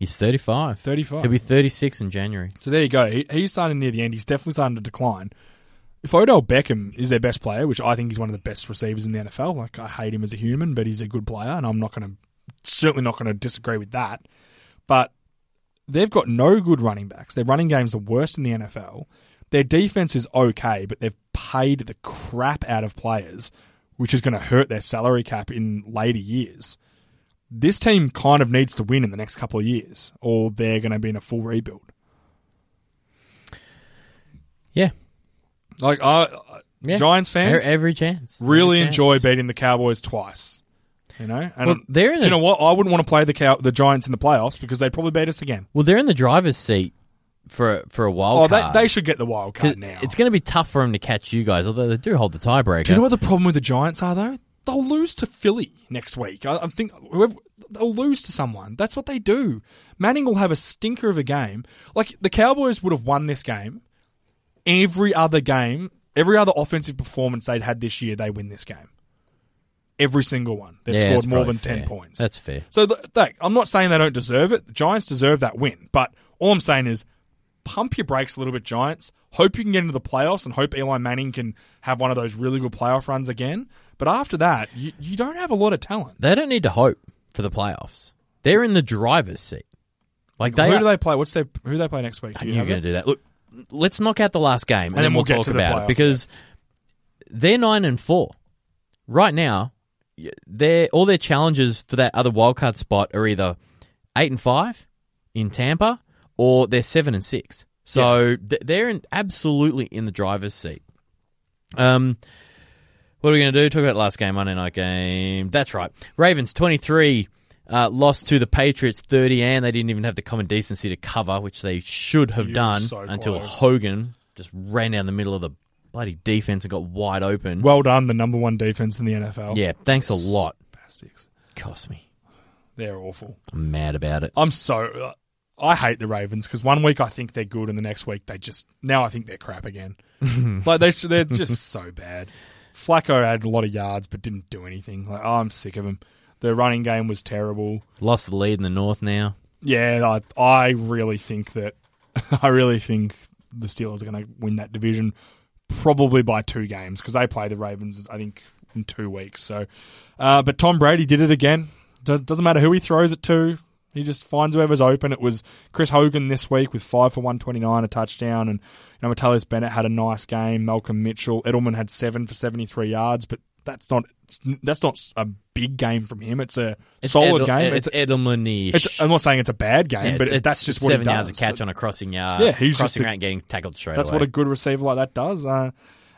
S3: He's 35.
S4: 35.
S3: He'll be 36 in January.
S4: so there you go. He, he's starting near the end. He's definitely starting to decline. If Odell Beckham is their best player, which I think he's one of the best receivers in the NFL, like I hate him as a human, but he's a good player, and I'm not going to certainly not going to disagree with that. But they've got no good running backs. Their running game's the worst in the NFL. Their defense is okay, but they've paid the crap out of players, which is going to hurt their salary cap in later years. This team kind of needs to win in the next couple of years, or they're going to be in a full rebuild.
S3: Yeah.
S4: Like I,
S3: yeah.
S4: Giants fans
S3: Every- Every chance.
S4: really
S3: Every
S4: enjoy
S3: chance.
S4: beating the Cowboys twice. You know, and
S3: Well, they're in
S4: do you
S3: a-
S4: know what? I wouldn't want to play the cow- the Giants in the playoffs because they'd probably beat us again.
S3: Well, they're in the driver's seat for, for a while.
S4: Oh, they, they should get the wild card now.
S3: It's going to be tough for him to catch you guys, although they do hold the tiebreaker.
S4: do you know what the problem with the Giants are though? They'll lose to Philly next week. I, I think whoever, they'll lose to someone. That's what they do. Manning will have a stinker of a game. Like the Cowboys would have won this game. Every other game, every other offensive performance they'd had this year, they win this game. Every single one. They've
S3: Yeah,
S4: scored
S3: that's
S4: more
S3: probably
S4: than ten
S3: fair.
S4: points.
S3: That's fair.
S4: So th- like, I'm not saying they don't deserve it. The Giants deserve that win, but all I'm saying is pump your brakes a little bit, Giants. Hope you can get into the playoffs and hope Eli Manning can have one of those really good playoff runs again. But after that, you, you don't have a lot of talent.
S3: They don't need to hope for the playoffs. They're in the driver's seat. Like they,
S4: who do they play? What's their who do they play next week? Do
S3: I knew
S4: you
S3: you were going
S4: have it?
S3: to do that. Look, let's knock out the last game, and,
S4: then
S3: then we'll,
S4: we'll get
S3: talk
S4: to the
S3: about
S4: playoffs,
S3: it because they're nine and four right now. y- They're all their challenges for that other wildcard spot are either eight and five in Tampa, or they're seven and six. So th- they're in, absolutely in the driver's seat. Um, what are we going to do? Talk about last game, Monday night game. That's right. Ravens 23 uh, lost to the Patriots 30, and they didn't even have the common decency to cover, which they should have
S4: You were
S3: done
S4: so
S3: until
S4: close.
S3: Hogan just ran down the middle of the bloody defense and got wide open.
S4: Well done, the number one defense in the NFL.
S3: yeah, thanks a lot.
S4: Spastics.
S3: Cost me.
S4: they're awful.
S3: I'm mad about it.
S4: I'm so I hate the Ravens because one week I think they're good and the next week they just now I think they're crap again. like they they're just so bad. Flacco had a lot of yards but didn't do anything. Like oh, I'm sick of him. Their running game was terrible.
S3: Lost the lead in the North now.
S4: Yeah, I, I really think that [laughs] I really think the Steelers are going to win that division probably by two games because they play the Ravens. I think in two weeks. So, uh, but Tom Brady did it again. Does, doesn't matter who he throws it to. He just finds whoever's open. It was Chris Hogan this week with five for one twenty nine, a touchdown, and you know Metellus Bennett had a nice game. Malcolm Mitchell, Edelman had seven for seventy three yards, but that's not it's- that's not a big game from him. It's a solid
S3: Edel-
S4: game.
S3: It's, Edelman-ish.
S4: It's, I'm not saying it's a bad game,
S3: Yeah,
S4: but
S3: it's-
S4: that's
S3: it's
S4: just what
S3: seven
S4: he does.
S3: yards a catch on a crossing yard.
S4: Yeah, he's
S3: crossing
S4: just a-
S3: round, getting tackled straight
S4: That's
S3: away.
S4: what a good receiver like that does. Uh,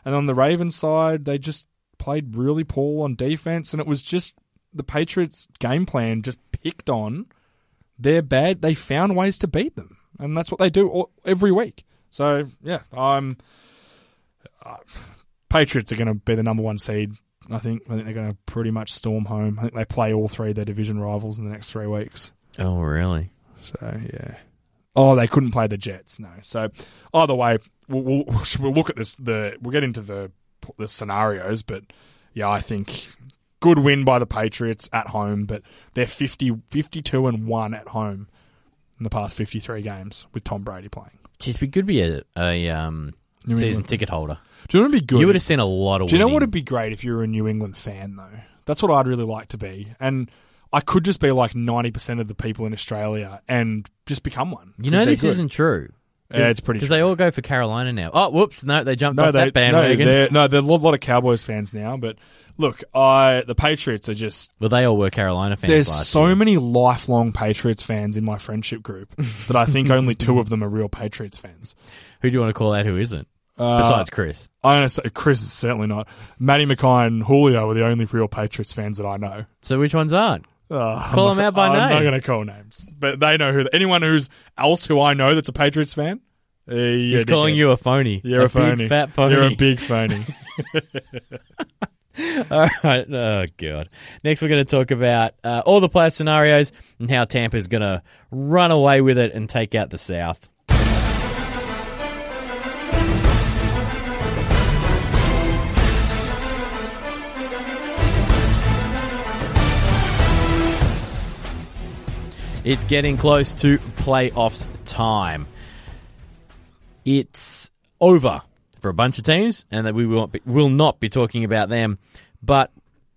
S4: and on the Ravens side, they just played really poor on defense, and it was just the Patriots' game plan just picked on their bad. They found ways to beat them, and that's what they do all, every week. So yeah, I'm. uh, Patriots are going to be the number one seed. I think. I think they're going to pretty much storm home. I think they play all three of their division rivals in the next three weeks.
S3: Oh, really?
S4: So yeah. Oh, they couldn't play the Jets. No. So either way, we'll, we'll, [laughs] we'll look at this. The we'll get into the the scenarios, but yeah, I think good win by the Patriots at home, but they're 50, 52 and one at home in the past fifty three games with Tom Brady playing.
S3: Jeez, we could be a, a um,
S4: New
S3: season
S4: England.
S3: ticket holder.
S4: Do you know what'd be good?
S3: You would have seen a lot of.
S4: Do you know what
S3: winning.
S4: would be great if you were a New England fan though? That's what I'd really like to be, and I could just be like ninety percent of the people in Australia and just become one.
S3: You know
S4: 'cause they're
S3: this
S4: good.
S3: isn't true.
S4: Yeah, it's pretty.
S3: Because they
S4: true.
S3: all go for Carolina now. Oh, whoops! No, they jumped off that
S4: No,
S3: bandwagon.
S4: they're, no, there are a lot lot of Cowboys fans now. But look, I the Patriots are just.
S3: well, they all were Carolina fans
S4: There's
S3: last
S4: so
S3: year.
S4: many lifelong Patriots fans in my friendship group that I
S3: [laughs]
S4: think only two of them are real Patriots fans.
S3: Who do you want to call out? Who isn't?
S4: Uh,
S3: Besides Chris,
S4: I honestly, Chris is certainly not. Matty McKay and Julio are the only real Patriots fans that I know.
S3: so which ones aren't?
S4: Ugh,
S3: Call them
S4: I'm not-
S3: out by
S4: uh, I'm not
S3: name.
S4: going to call names, but they know who. Anyone who's else who I know that's a Patriots fan, eh,
S3: He's calling you a phony.
S4: You're a, phony.
S3: big fat phony.
S4: You're a
S3: [laughs]
S4: big phony.
S3: All right. Oh god. Next, we're going to talk about uh, all the player scenarios and how Tampa's going to run away with it and take out the South. It's getting close to playoffs time. It's over for a bunch of teams, and that we will be, will not be talking about them. But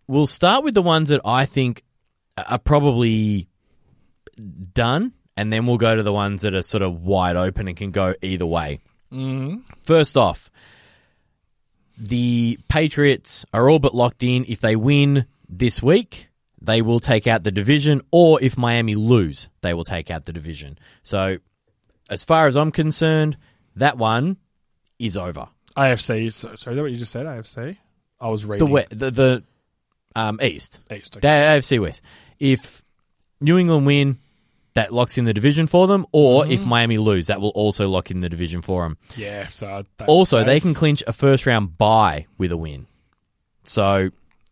S3: we'll start with the ones that I think are probably done, and then we'll go to the ones that are sort of wide open and can go either way. First off, the Patriots are all but locked in. If they win this week, they will take out the division, or if Miami lose, they will take out the division. So, as far as I'm concerned, that one is over.
S4: AFC. So, sorry, is that what you just said? AFC. I was reading
S3: The we- the, the um, East,
S4: East.
S3: the AFC West. If New England win, that locks in the division for them, or if Miami lose, that will also lock in the division for them.
S4: Yeah. So Mm-hmm. that's
S3: Also,
S4: safe.
S3: they can clinch a first round bye with a win. So,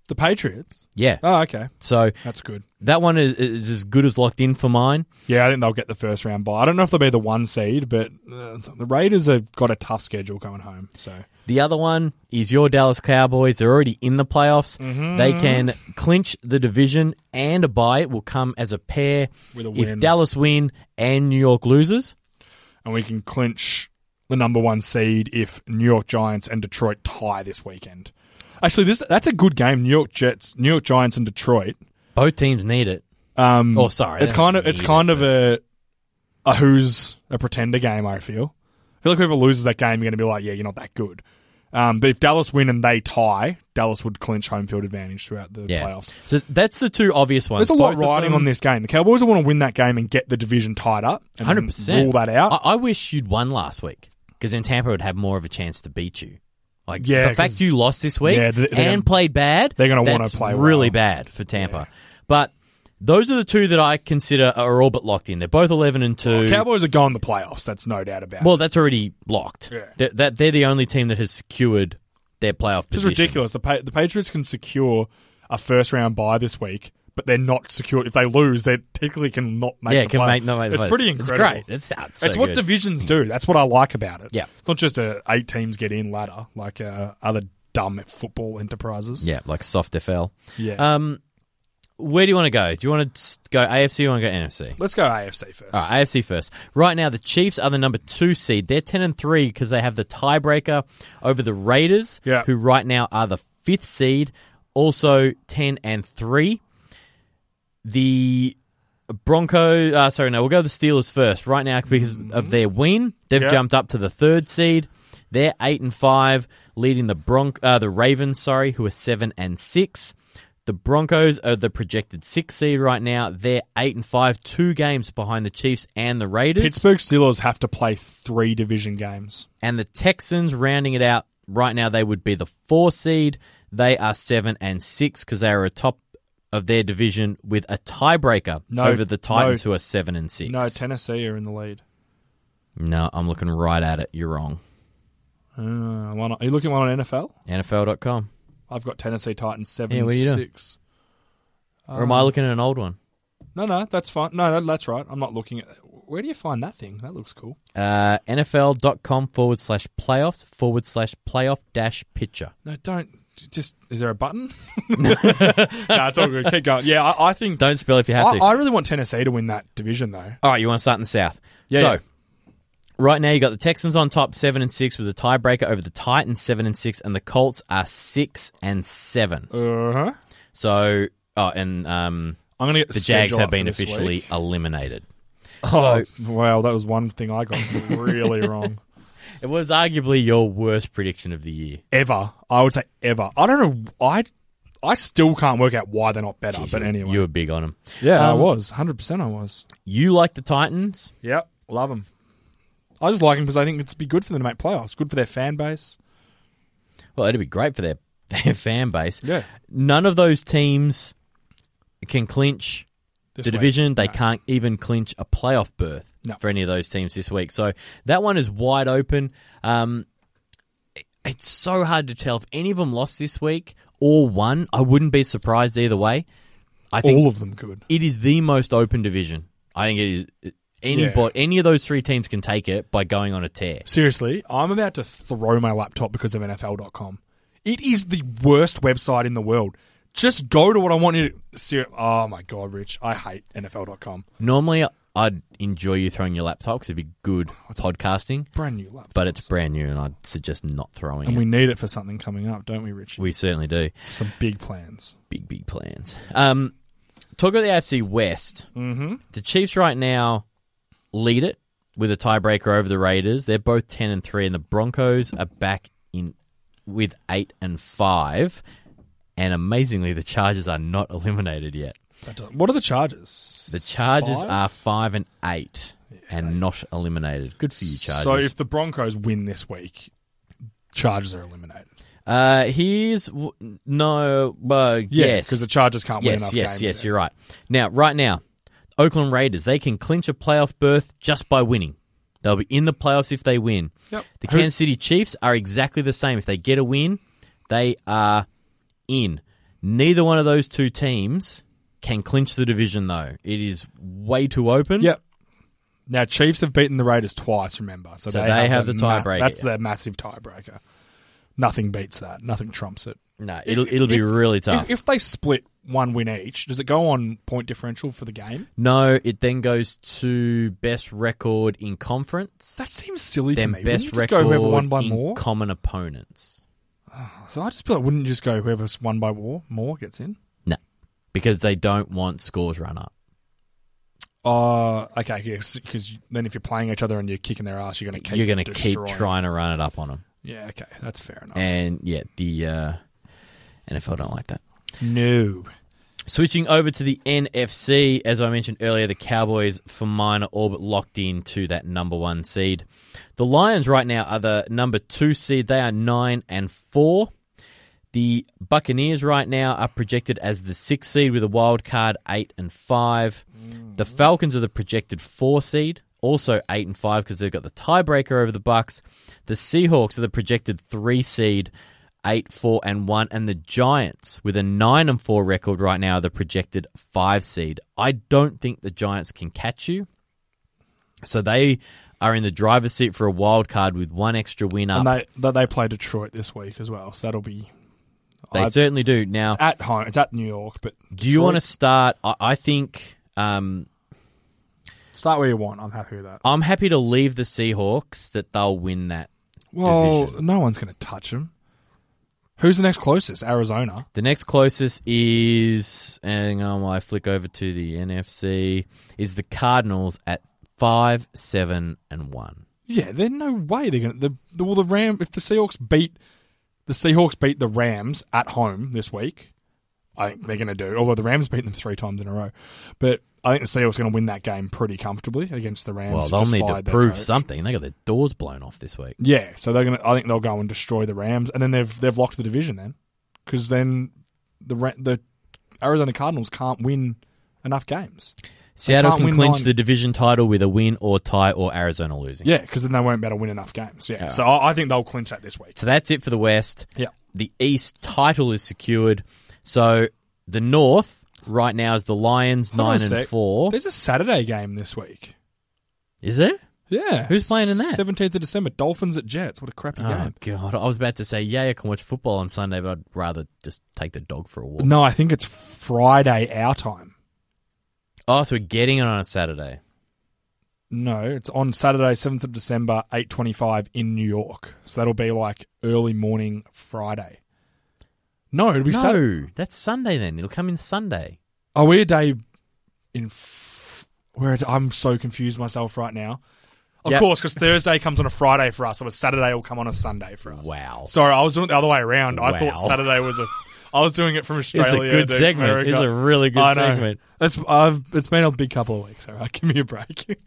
S4: the Patriots.
S3: yeah.
S4: Oh, okay,
S3: So
S4: that's good.
S3: that one is, is as good as locked in for mine.
S4: Yeah, I think they'll get the first round bye. I don't know if they'll be the one seed, but uh, the Raiders have got a tough schedule coming home. So
S3: The other one is your Dallas Cowboys. They're already in the playoffs.
S4: Mm-hmm.
S3: They can clinch the division and a bye. It will come as a pair
S4: With a
S3: if
S4: win.
S3: Dallas win and New York loses.
S4: and we can clinch the number one seed if New York Giants and Detroit tie this weekend. Actually, this that's a good game. New York Jets, New York Giants, and Detroit.
S3: Both teams need it.
S4: Um,
S3: Oh, sorry.
S4: It's
S3: They don't
S4: kind of it's
S3: need
S4: kind of a a who's a pretender game. I feel. I feel like whoever loses that game, you're going to be like, yeah, you're not that good. Um, but if Dallas win and they tie, Dallas would clinch home field advantage throughout the
S3: Yeah.
S4: playoffs.
S3: So that's the two obvious ones.
S4: There's a lot
S3: Both of
S4: riding
S3: them-
S4: on this game. The Cowboys will want to win that game and get the division tied up. and then
S3: Hundred percent.
S4: Rule that out.
S3: I, I wish you'd won last week because then Tampa would have more of a chance to beat you. Like
S4: Yeah,
S3: the fact
S4: 'cause-
S3: you lost this week
S4: Yeah, they're-
S3: and
S4: they're gonna-
S3: played bad,
S4: they're gonna wanna
S3: that's
S4: play
S3: really
S4: well.
S3: bad for Tampa. But those are the two that I consider are all but locked in. They're both eleven and two.
S4: Cowboys are going to the playoffs. That's no doubt about.
S3: well,
S4: it.
S3: that's already locked.
S4: Yeah.
S3: That, that they're the only team that has secured their playoff
S4: it's
S3: position.
S4: ridiculous. The pa- the Patriots can secure a first round bye this week, but they're not secure. If they lose, they technically can not make.
S3: Yeah,
S4: the
S3: can
S4: play-
S3: make no make the
S4: It's
S3: playoffs.
S4: pretty
S3: It's
S4: incredible.
S3: great. It's, ah, it's, so
S4: It's what
S3: good. Mm.
S4: divisions do. That's what I like about it.
S3: Yeah.
S4: it's not just a eight teams get in ladder like uh, other dumb football enterprises.
S3: Yeah, like soft FL.
S4: yeah.
S3: Um, where do you want to go? Do you want to go AFC or you want to go NFC?
S4: Let's go AFC first.
S3: All right, AFC first. Right now, the Chiefs are the number two seed. They're ten and three because they have the tiebreaker over the Raiders,
S4: Yeah.
S3: who right now are the fifth seed. also 10 and 3. The Broncos, uh, sorry, no, we'll go to the Steelers first right now because of their win. They've
S4: Mm-hmm. Yeah.
S3: jumped up to the third seed. They're 8 and 5, leading the Bronc- uh, the Ravens, sorry, who are 7 and 6. The Broncos are the projected 6th seed right now. They're 8 and 5, two games behind the Chiefs and the Raiders.
S4: Pittsburgh Steelers have to play three division games.
S3: and the Texans rounding it out right now. They would be the four seed. They are seven and six because they are atop of their division with a tiebreaker
S4: No,
S3: over the Titans,
S4: no.
S3: who are seven and six.
S4: No, Tennessee are in the lead.
S3: No, I'm looking right at it. You're wrong.
S4: Uh, why not? Are you looking one on NFL?
S3: NFL.com,
S4: I've got Tennessee Titans seven
S3: Yeah, what are you doing?
S4: six.
S3: or
S4: Um,
S3: am I looking at an old one?
S4: No, no, that's fine. No, no, that's right. I'm not looking at. Where do you find that thing? That looks cool.
S3: Uh, NFL.com forward slash playoffs forward slash playoff dash picture.
S4: No, don't. Just is there
S3: [laughs]
S4: a button? [laughs] no, it's all good. Keep going. Yeah, I, I think.
S3: Don't spell if you have
S4: I,
S3: to.
S4: I really want Tennessee to win that division though.
S3: All right, you want to start in the South.
S4: Yeah,
S3: So,
S4: yeah.
S3: right now you got the Texans on top, seven and six, with a tiebreaker over the Titans, seven and six, and the Colts are six and seven.
S4: Uh huh.
S3: So, oh, and um,
S4: I'm gonna get the,
S3: the Jags
S4: schedule
S3: have
S4: up
S3: been
S4: for this
S3: officially
S4: [laughs] week.
S3: eliminated.
S4: Oh wow, that was one thing I got
S3: [laughs]
S4: really wrong.
S3: It was arguably your worst prediction of the year.
S4: Ever, I would say ever. I don't know. I I still can't work out why they're not better. but anyway,
S3: you were big on them.
S4: yeah, I
S3: Um,
S4: was 100. percent I was.
S3: You like the Titans?
S4: Yep, love them. I just like them because I think it's be good for them to make playoffs. Good for their fan base.
S3: Well, it'd be great for their [laughs] their fan base.
S4: Yeah.
S3: None of those teams can clinch
S4: This
S3: the
S4: week.
S3: division. They can't even clinch a playoff berth
S4: No.
S3: for any of those teams this week. So that one is wide open. Um, it- it's so hard to tell if any of them lost this week or won. I wouldn't be surprised either way. I think
S4: All of them could.
S3: it is the most open division. I think it is. it- Any
S4: Yeah.
S3: bo- any of those three teams can take it by going on a tear.
S4: Seriously, I'm about to throw my laptop because of NFL.com. It is the worst website in the world. Just go to what I want you to. Ser- oh my god, Rich, I hate NFL.com.
S3: Normally, I'd enjoy you throwing your laptop because it'd be good podcasting,
S4: Brand new laptop,
S3: but it's brand new, and I'd suggest not throwing
S4: and
S3: it.
S4: we need it for something coming up, don't we, Rich?
S3: we certainly do.
S4: Some big plans.
S3: big big plans. Um, talk about the AFC West. Mm-hmm. The Chiefs right now lead it with a tiebreaker over the Raiders. They're both ten and three, and the Broncos are back in with eight and five. And amazingly, the Chargers are not eliminated yet.
S4: That does- What are the charges?
S3: The Chargers
S4: Five?
S3: are five and eight and not eliminated. Good for you, Chargers.
S4: So if the Broncos win this week, Chargers are eliminated.
S3: uh, here's w- no, uh, yes,
S4: because the Chargers can't win
S3: Yes,
S4: enough
S3: yes,
S4: games.
S3: yes, you're right. Now, right now, Oakland Raiders, they can clinch a playoff berth just by winning. They'll be in the playoffs if they win.
S4: Yep.
S3: The
S4: Who-
S3: Kansas City Chiefs are exactly the same. If they get a win, they are in. Neither one of those two teams can clinch the division, though. It is way too open.
S4: Yep. Now Chiefs have beaten the Raiders twice. Remember, so,
S3: So they have the
S4: ma-
S3: tiebreaker.
S4: that's their massive tiebreaker. Nothing beats that. Nothing trumps it.
S3: No, it'll it'll be really tough.
S4: If, if they split one win each, does it go on point differential for the game?
S3: no, it then goes to best record in conference.
S4: That seems silly
S3: then
S4: to me.
S3: best
S4: wouldn't you just
S3: record
S4: go whoever won by
S3: in
S4: more.
S3: common opponents.
S4: so I just feel like wouldn't you just go whoever's won by more more gets in.
S3: No, because they don't want scores run up.
S4: Uh okay, because then if you're playing each other and you're kicking their ass, you're going to keep
S3: You're going to keep
S4: destroying.
S3: trying Eh. to run it up on them,
S4: Yeah, okay, that's fair enough.
S3: and yeah, the uh, NFL don't like that.
S4: no,
S3: Switching over to the NFC, as I mentioned earlier, the Cowboys for mine are all but locked in to that number one seed. The Lions right now are the number two seed. They are nine and four. The Buccaneers right now are projected as the sixth seed with a wild card eight and five. The Falcons are the projected four seed, also eight and five because they've got the tiebreaker over the Bucks. The Seahawks are the projected three seed, eight, four, and one, and the Giants with a nine and four record right now are the projected five seed. I don't think the Giants can catch you, so they are in the driver's seat for a wild card with one extra win up.
S4: and they that they play Detroit this week as well, so that'll be
S3: they
S4: I-
S3: certainly do now.
S4: It's at home. It's at New York, but
S3: Do you want to start? I, I think um,
S4: start where you want? I'm happy with that.
S3: I'm happy to leave the Seahawks that they'll win that.
S4: Well,
S3: division.
S4: no one's going to touch them. Who's the next closest? Arizona.
S3: The next closest is, hang on while I flick over to the NFC, is the Cardinals at five, seven, and one.
S4: Yeah, there's no way they're going to. The, the, well, the Ram. If the Seahawks beat the Seahawks beat the Rams at home this week, I think they're going to do. Although the Rams beat them three times in a row, but I think the Seahawks are going to win that game pretty comfortably against the Rams.
S3: Well,
S4: who
S3: they'll
S4: just
S3: need to
S4: fired their
S3: prove
S4: coach.
S3: something. They got their doors blown off this week.
S4: Yeah, so they're going to. I think they'll go and destroy the Rams, and then they've they've locked the division then, because then the Ra- the Arizona Cardinals can't win enough games.
S3: Seattle
S4: can't
S3: can
S4: win
S3: clinch
S4: nine.
S3: the division title with a win or tie or Arizona losing.
S4: Yeah, because then they won't be able to win enough games. Yeah, so I, I think they'll clinch that this week.
S3: So that's it for the West.
S4: Yeah.
S3: The East title is secured. So the North right now is the Lions
S4: Hold on a
S3: nine and
S4: sec.
S3: four.
S4: There's a Saturday game this week.
S3: Is there?
S4: Yeah.
S3: Who's playing in that?
S4: Seventeenth of December, Dolphins at Jets. What a crappy
S3: Oh
S4: game.
S3: God! I was about to say, yeah, I can watch football on Sunday, but I'd rather just take the dog for a walk.
S4: No, I think it's Friday our time.
S3: Oh, so we're getting it on a Saturday.
S4: No, it's on Saturday, seventh of December, eight twenty-five in New York. So that'll be like early morning Friday. No, it'll be
S3: no,
S4: Saturday.
S3: that's Sunday. Then it'll come in Sunday.
S4: Are we a day in? F- where it- I'm so confused myself right now. Of
S3: Yep.
S4: course, because Thursday comes on a Friday for us, so a Saturday will come on a Sunday for us.
S3: Wow.
S4: Sorry, I was doing it the other way around. I
S3: Wow.
S4: thought Saturday was a.
S3: [laughs]
S4: I was doing it from Australia.
S3: good
S4: to
S3: segment.
S4: America.
S3: It's a really good
S4: I know.
S3: segment.
S4: It's I've it's been a big couple of weeks. All right, [laughs] give me a break.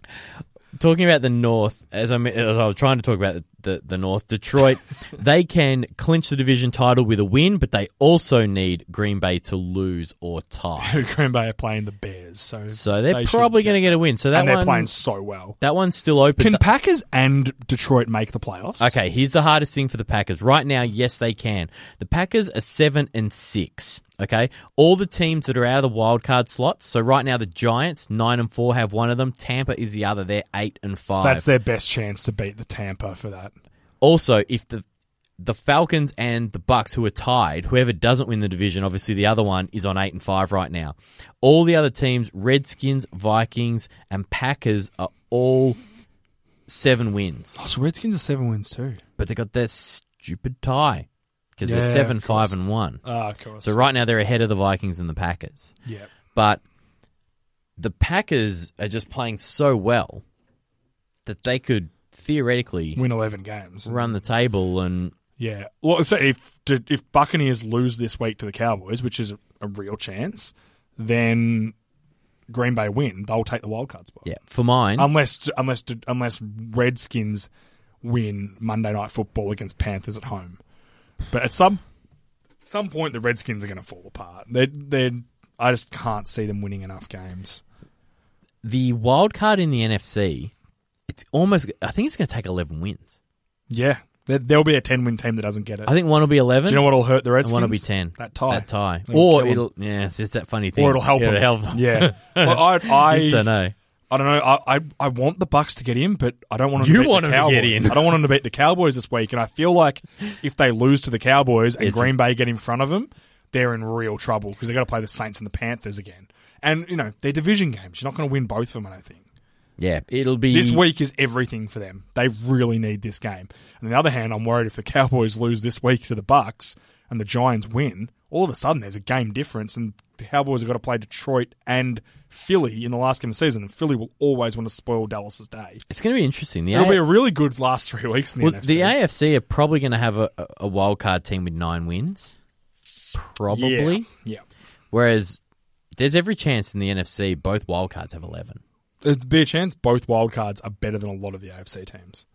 S3: Talking about the North, as I as I was trying to talk about the, the, the North,
S4: [laughs]
S3: Detroit, they can clinch the division title with a win, but they also need Green Bay to lose or tie.
S4: Green Bay are playing the Bears, so
S3: So they're
S4: they should
S3: probably
S4: get-
S3: going to get a win. So that
S4: and they're
S3: one,
S4: playing so well.
S3: that one's still open.
S4: Can
S3: Th-
S4: Packers and Detroit make the playoffs?
S3: Okay, here's the hardest thing for the Packers right now. Yes, they can. The Packers are seven and six. Okay, all the teams that are out of the wild card slots. So right now, the Giants nine and four have one of them. Tampa is the other. They're eight and five.
S4: So that's their best chance to beat the Tampa for that.
S3: also, if the the Falcons and the Bucks, who are tied, whoever doesn't win the division, obviously the other one is on eight and five right now. All the other teams, Redskins, Vikings, and Packers, are all seven wins.
S4: Oh, so Redskins are seven wins too.
S3: but they got their stupid tie because
S4: Yeah,
S3: they're seven,
S4: of course.
S3: five, and one.
S4: Ah, of course.
S3: So right now they're ahead of the Vikings and the Packers.
S4: yeah.
S3: But the Packers are just playing so well that they could theoretically
S4: Win eleven games.
S3: run the table and
S4: Yeah. Well, so if if Buccaneers lose this week to the Cowboys, which is a, a real chance, then Green Bay win. They'll take the wild card spot.
S3: yeah, for mine,
S4: Unless unless unless Redskins win Monday Night Football against Panthers at home, but at some some point the Redskins are going to fall apart. They they I just can't see them winning enough games.
S3: the wild card in the NFC, it's almost. I think it's going to take eleven wins.
S4: Yeah, there, there'll be a ten win team that doesn't get it.
S3: I think one will be eleven.
S4: Do you know what'll hurt the
S3: and
S4: Redskins?
S3: one will be ten.
S4: That tie.
S3: That tie.
S4: It'll kill
S3: Or
S4: 'em.
S3: it'll yeah, it's, it's that funny thing.
S4: or it'll help
S3: It'll
S4: them.
S3: help 'em. [laughs]
S4: Yeah. well, I, I,
S3: I just don't know.
S4: I don't know. I, I, I want the Bucks to get in, but I don't want them
S3: You
S4: to beat
S3: want
S4: the
S3: 'em to
S4: Cowboys.
S3: get in.
S4: I don't want them to beat the Cowboys this week, and I feel like if they lose to the Cowboys and
S3: It's-
S4: Green Bay get in front of them, they're in real trouble because they got to play the Saints and the Panthers again. And you know they're division games. You're not going to win both of them. I don't think.
S3: Yeah, it'll be
S4: This week is everything for them. They really need this game. On the other hand, I'm worried if the Cowboys lose this week to the Bucks and the Giants win, all of a sudden there's a game difference, and the Cowboys have got to play Detroit and Philly in the last game of the season. And Philly will always want to spoil Dallas's day.
S3: It's going to be interesting. The
S4: It'll be
S3: A-
S4: a really good last three weeks in the
S3: well,
S4: NFC.
S3: the AFC are probably going to have a, a- a wild card team with nine wins, probably.
S4: Yeah. yeah.
S3: Whereas there's every chance in the NFC both wild cards have eleven.
S4: There'd be a chance both wildcards are better than a lot of the AFC teams.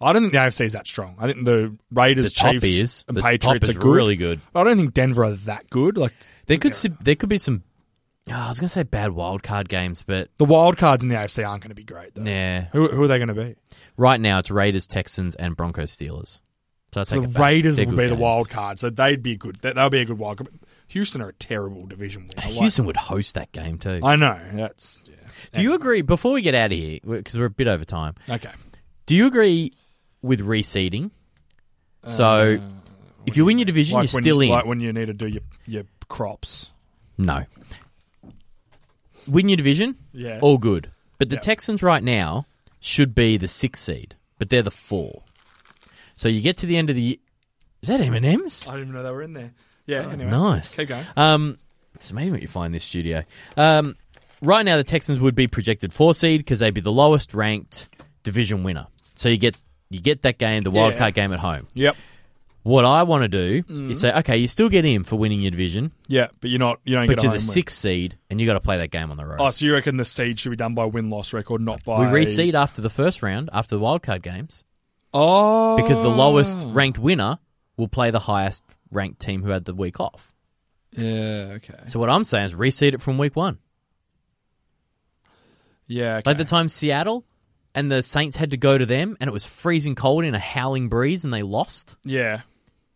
S4: I don't think the AFC is that strong. I think the Raiders,
S3: The top
S4: Chiefs,
S3: is
S4: and
S3: the
S4: Patriots
S3: top is
S4: are good.
S3: really good.
S4: I don't think Denver are that good. Like
S3: There could si- there could be some. oh, I was going to say bad wild card games, but
S4: The wild cards in the AFC aren't going to be great, though.
S3: nah.
S4: Who, who are they going to be?
S3: Right now it's Raiders, Texans, and Broncos, Steelers. So I take
S4: the
S3: it back.
S4: Raiders
S3: They're
S4: will be
S3: good
S4: the
S3: games.
S4: wild card, so they'd be good. They, they'll be a good wild card. But Houston are a terrible division winner. Like-
S3: Houston would host that game too.
S4: I know. That's yeah.
S3: Do you agree? Before we get out of here, because we're a bit over time,
S4: okay.
S3: do you agree with reseeding? So, if you win your division,
S4: Like
S3: you're
S4: when,
S3: still in.
S4: Like when you need to do your your crops.
S3: No. Win your division,
S4: Yeah.
S3: all good. But the
S4: Yeah.
S3: Texans right now should be the sixth seed, but they're the four. So you get to the end of the Is that M and M's?
S4: I didn't even know they were in there. Yeah, anyway.
S3: Oh, Nice.
S4: Keep going.
S3: Um, it's amazing what you find in this studio. Um, right now, the Texans would be projected four seed because they'd be the lowest ranked division winner. So you get you get that game, the wild
S4: Yeah.
S3: card game at home.
S4: Yep.
S3: What I want to do
S4: Mm.
S3: is say, okay, you still get in for winning your division,
S4: Yeah, but you're not. You don't
S3: but
S4: get a
S3: you're the
S4: home win.
S3: sixth seed, and you got to play that game on the road.
S4: Oh, so you reckon the seed should be done by win loss record, not by
S3: we reseed after the first round, after the wild card games,
S4: Oh,
S3: because the lowest ranked winner will play the highest ranked team who had the week off.
S4: Yeah. Okay.
S3: So what I'm saying is reseed it from week one.
S4: Yeah.
S3: Like
S4: okay.
S3: the time Seattle and the Saints had to go to them and it was freezing cold in a howling breeze and they lost.
S4: yeah.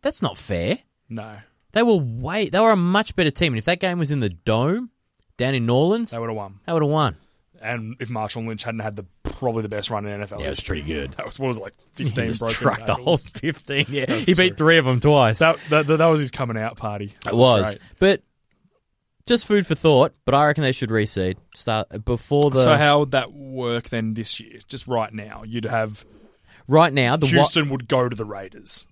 S3: That's not fair.
S4: No,
S3: They were way they were a much better team. And if that game was in the dome down in New Orleans,
S4: they
S3: they
S4: would have won.
S3: would have won.
S4: And if Marshall Lynch hadn't had the probably the best run in NFL, history,
S3: good.
S4: [laughs] That was what was it, like
S3: He
S4: fifteen
S3: just
S4: broken
S3: trucked the whole
S4: tackles.
S3: 15. Yeah.
S4: That's
S3: He beat
S4: true.
S3: three of them twice.
S4: That, that, that was his coming out party. That
S3: it was.
S4: great.
S3: But just food for thought, but I reckon they should reseed start before the
S4: so how would that work then this year? Just right now, you'd have
S3: right now the wa-
S4: Houston would go to the Raiders.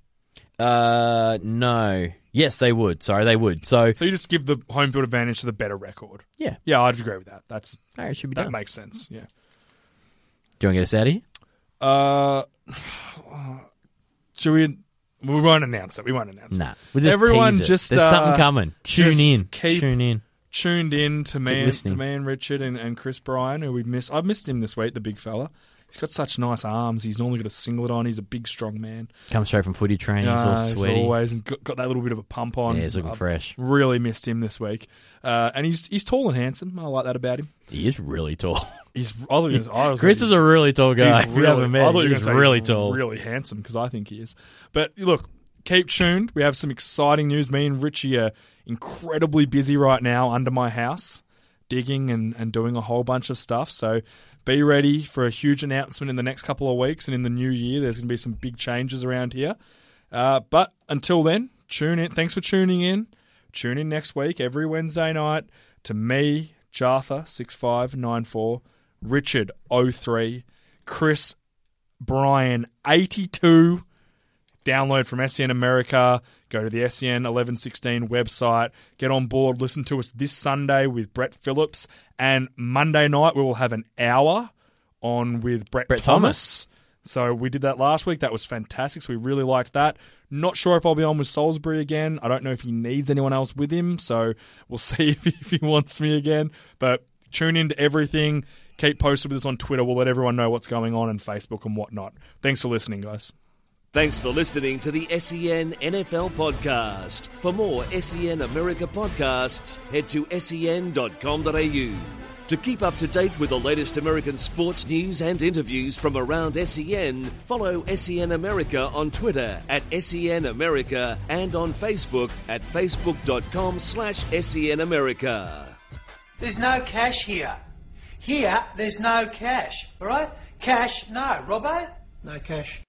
S3: uh no. Yes, they would. Sorry, they would. So
S4: So you just give the home field advantage to the better record.
S3: yeah,
S4: Yeah, I'd agree with that. That's
S3: all right, it should be
S4: that
S3: done.
S4: makes sense. Yeah.
S3: Do you want to get us out of here?
S4: Uh, [sighs] should we? We won't announce it. We won't announce it.
S3: Nah, we'll just
S4: Everyone
S3: tease it.
S4: just,
S3: there's
S4: uh,
S3: something coming. Tune
S4: just
S3: in,
S4: keep-
S3: tune in.
S4: tuned in to me, and, to
S3: listening.
S4: me and Richard and, and Chris Bryan, who we've missed. I've missed him this week, the big fella. He's got such nice arms. He's normally got a singlet on. He's a big, strong man.
S3: Come straight from footy training. He's all
S4: Uh, he's
S3: sweaty.
S4: always and got, got that little bit of a pump on.
S3: Yeah, he's looking
S4: I've
S3: fresh.
S4: Really missed him this week. Uh, and he's he's tall and handsome. I like that about him.
S3: He is really
S4: [laughs]
S3: tall.
S4: He's I thought he was, I was
S3: Chris is a really tall
S4: he's
S3: guy. If [laughs] you
S4: really-
S3: haven't
S4: I
S3: met,
S4: thought
S3: him,
S4: you were
S3: he's
S4: gonna say
S3: really tall.
S4: really handsome because I think he is. But look, keep tuned. We have some exciting news. Me and Richie are incredibly busy right now under my house, digging and, and doing a whole bunch of stuff. So be ready for a huge announcement in the next couple of weeks and in the new year. There's going to be some big changes around here. Uh, but until then, tune in. Thanks for tuning in. Tune in next week every Wednesday night to me, Jartha six five nine four, Richard 03, Chris Brian 82. Download from SEN America. Go to the E SEN 1116 website. Get on board. Listen to us this Sunday with Brett Phillips. And Monday night, we will have an hour on with Brett,
S3: Brett
S4: Thomas. So we did that last week. That was fantastic. So we really liked that. Not sure if I'll be on with Salisbury again. I don't know if he needs anyone else with him. So we'll [laughs] see if he, if he wants me again. But tune into everything. Keep posted with us on Twitter. We'll let everyone know what's going on and Facebook and whatnot. Thanks for listening, guys.
S2: Thanks for listening to the E SEN NFL podcast. For more SEN America podcasts, head to E sen.com.au. To keep up to date with the latest American sports news and interviews from around SEN, follow SEN America on Twitter at SEN America and on Facebook at facebook.com slash SEN America.
S5: There's no cash here. Here, there's no cash. All right? Cash, no. Robbo? No cash.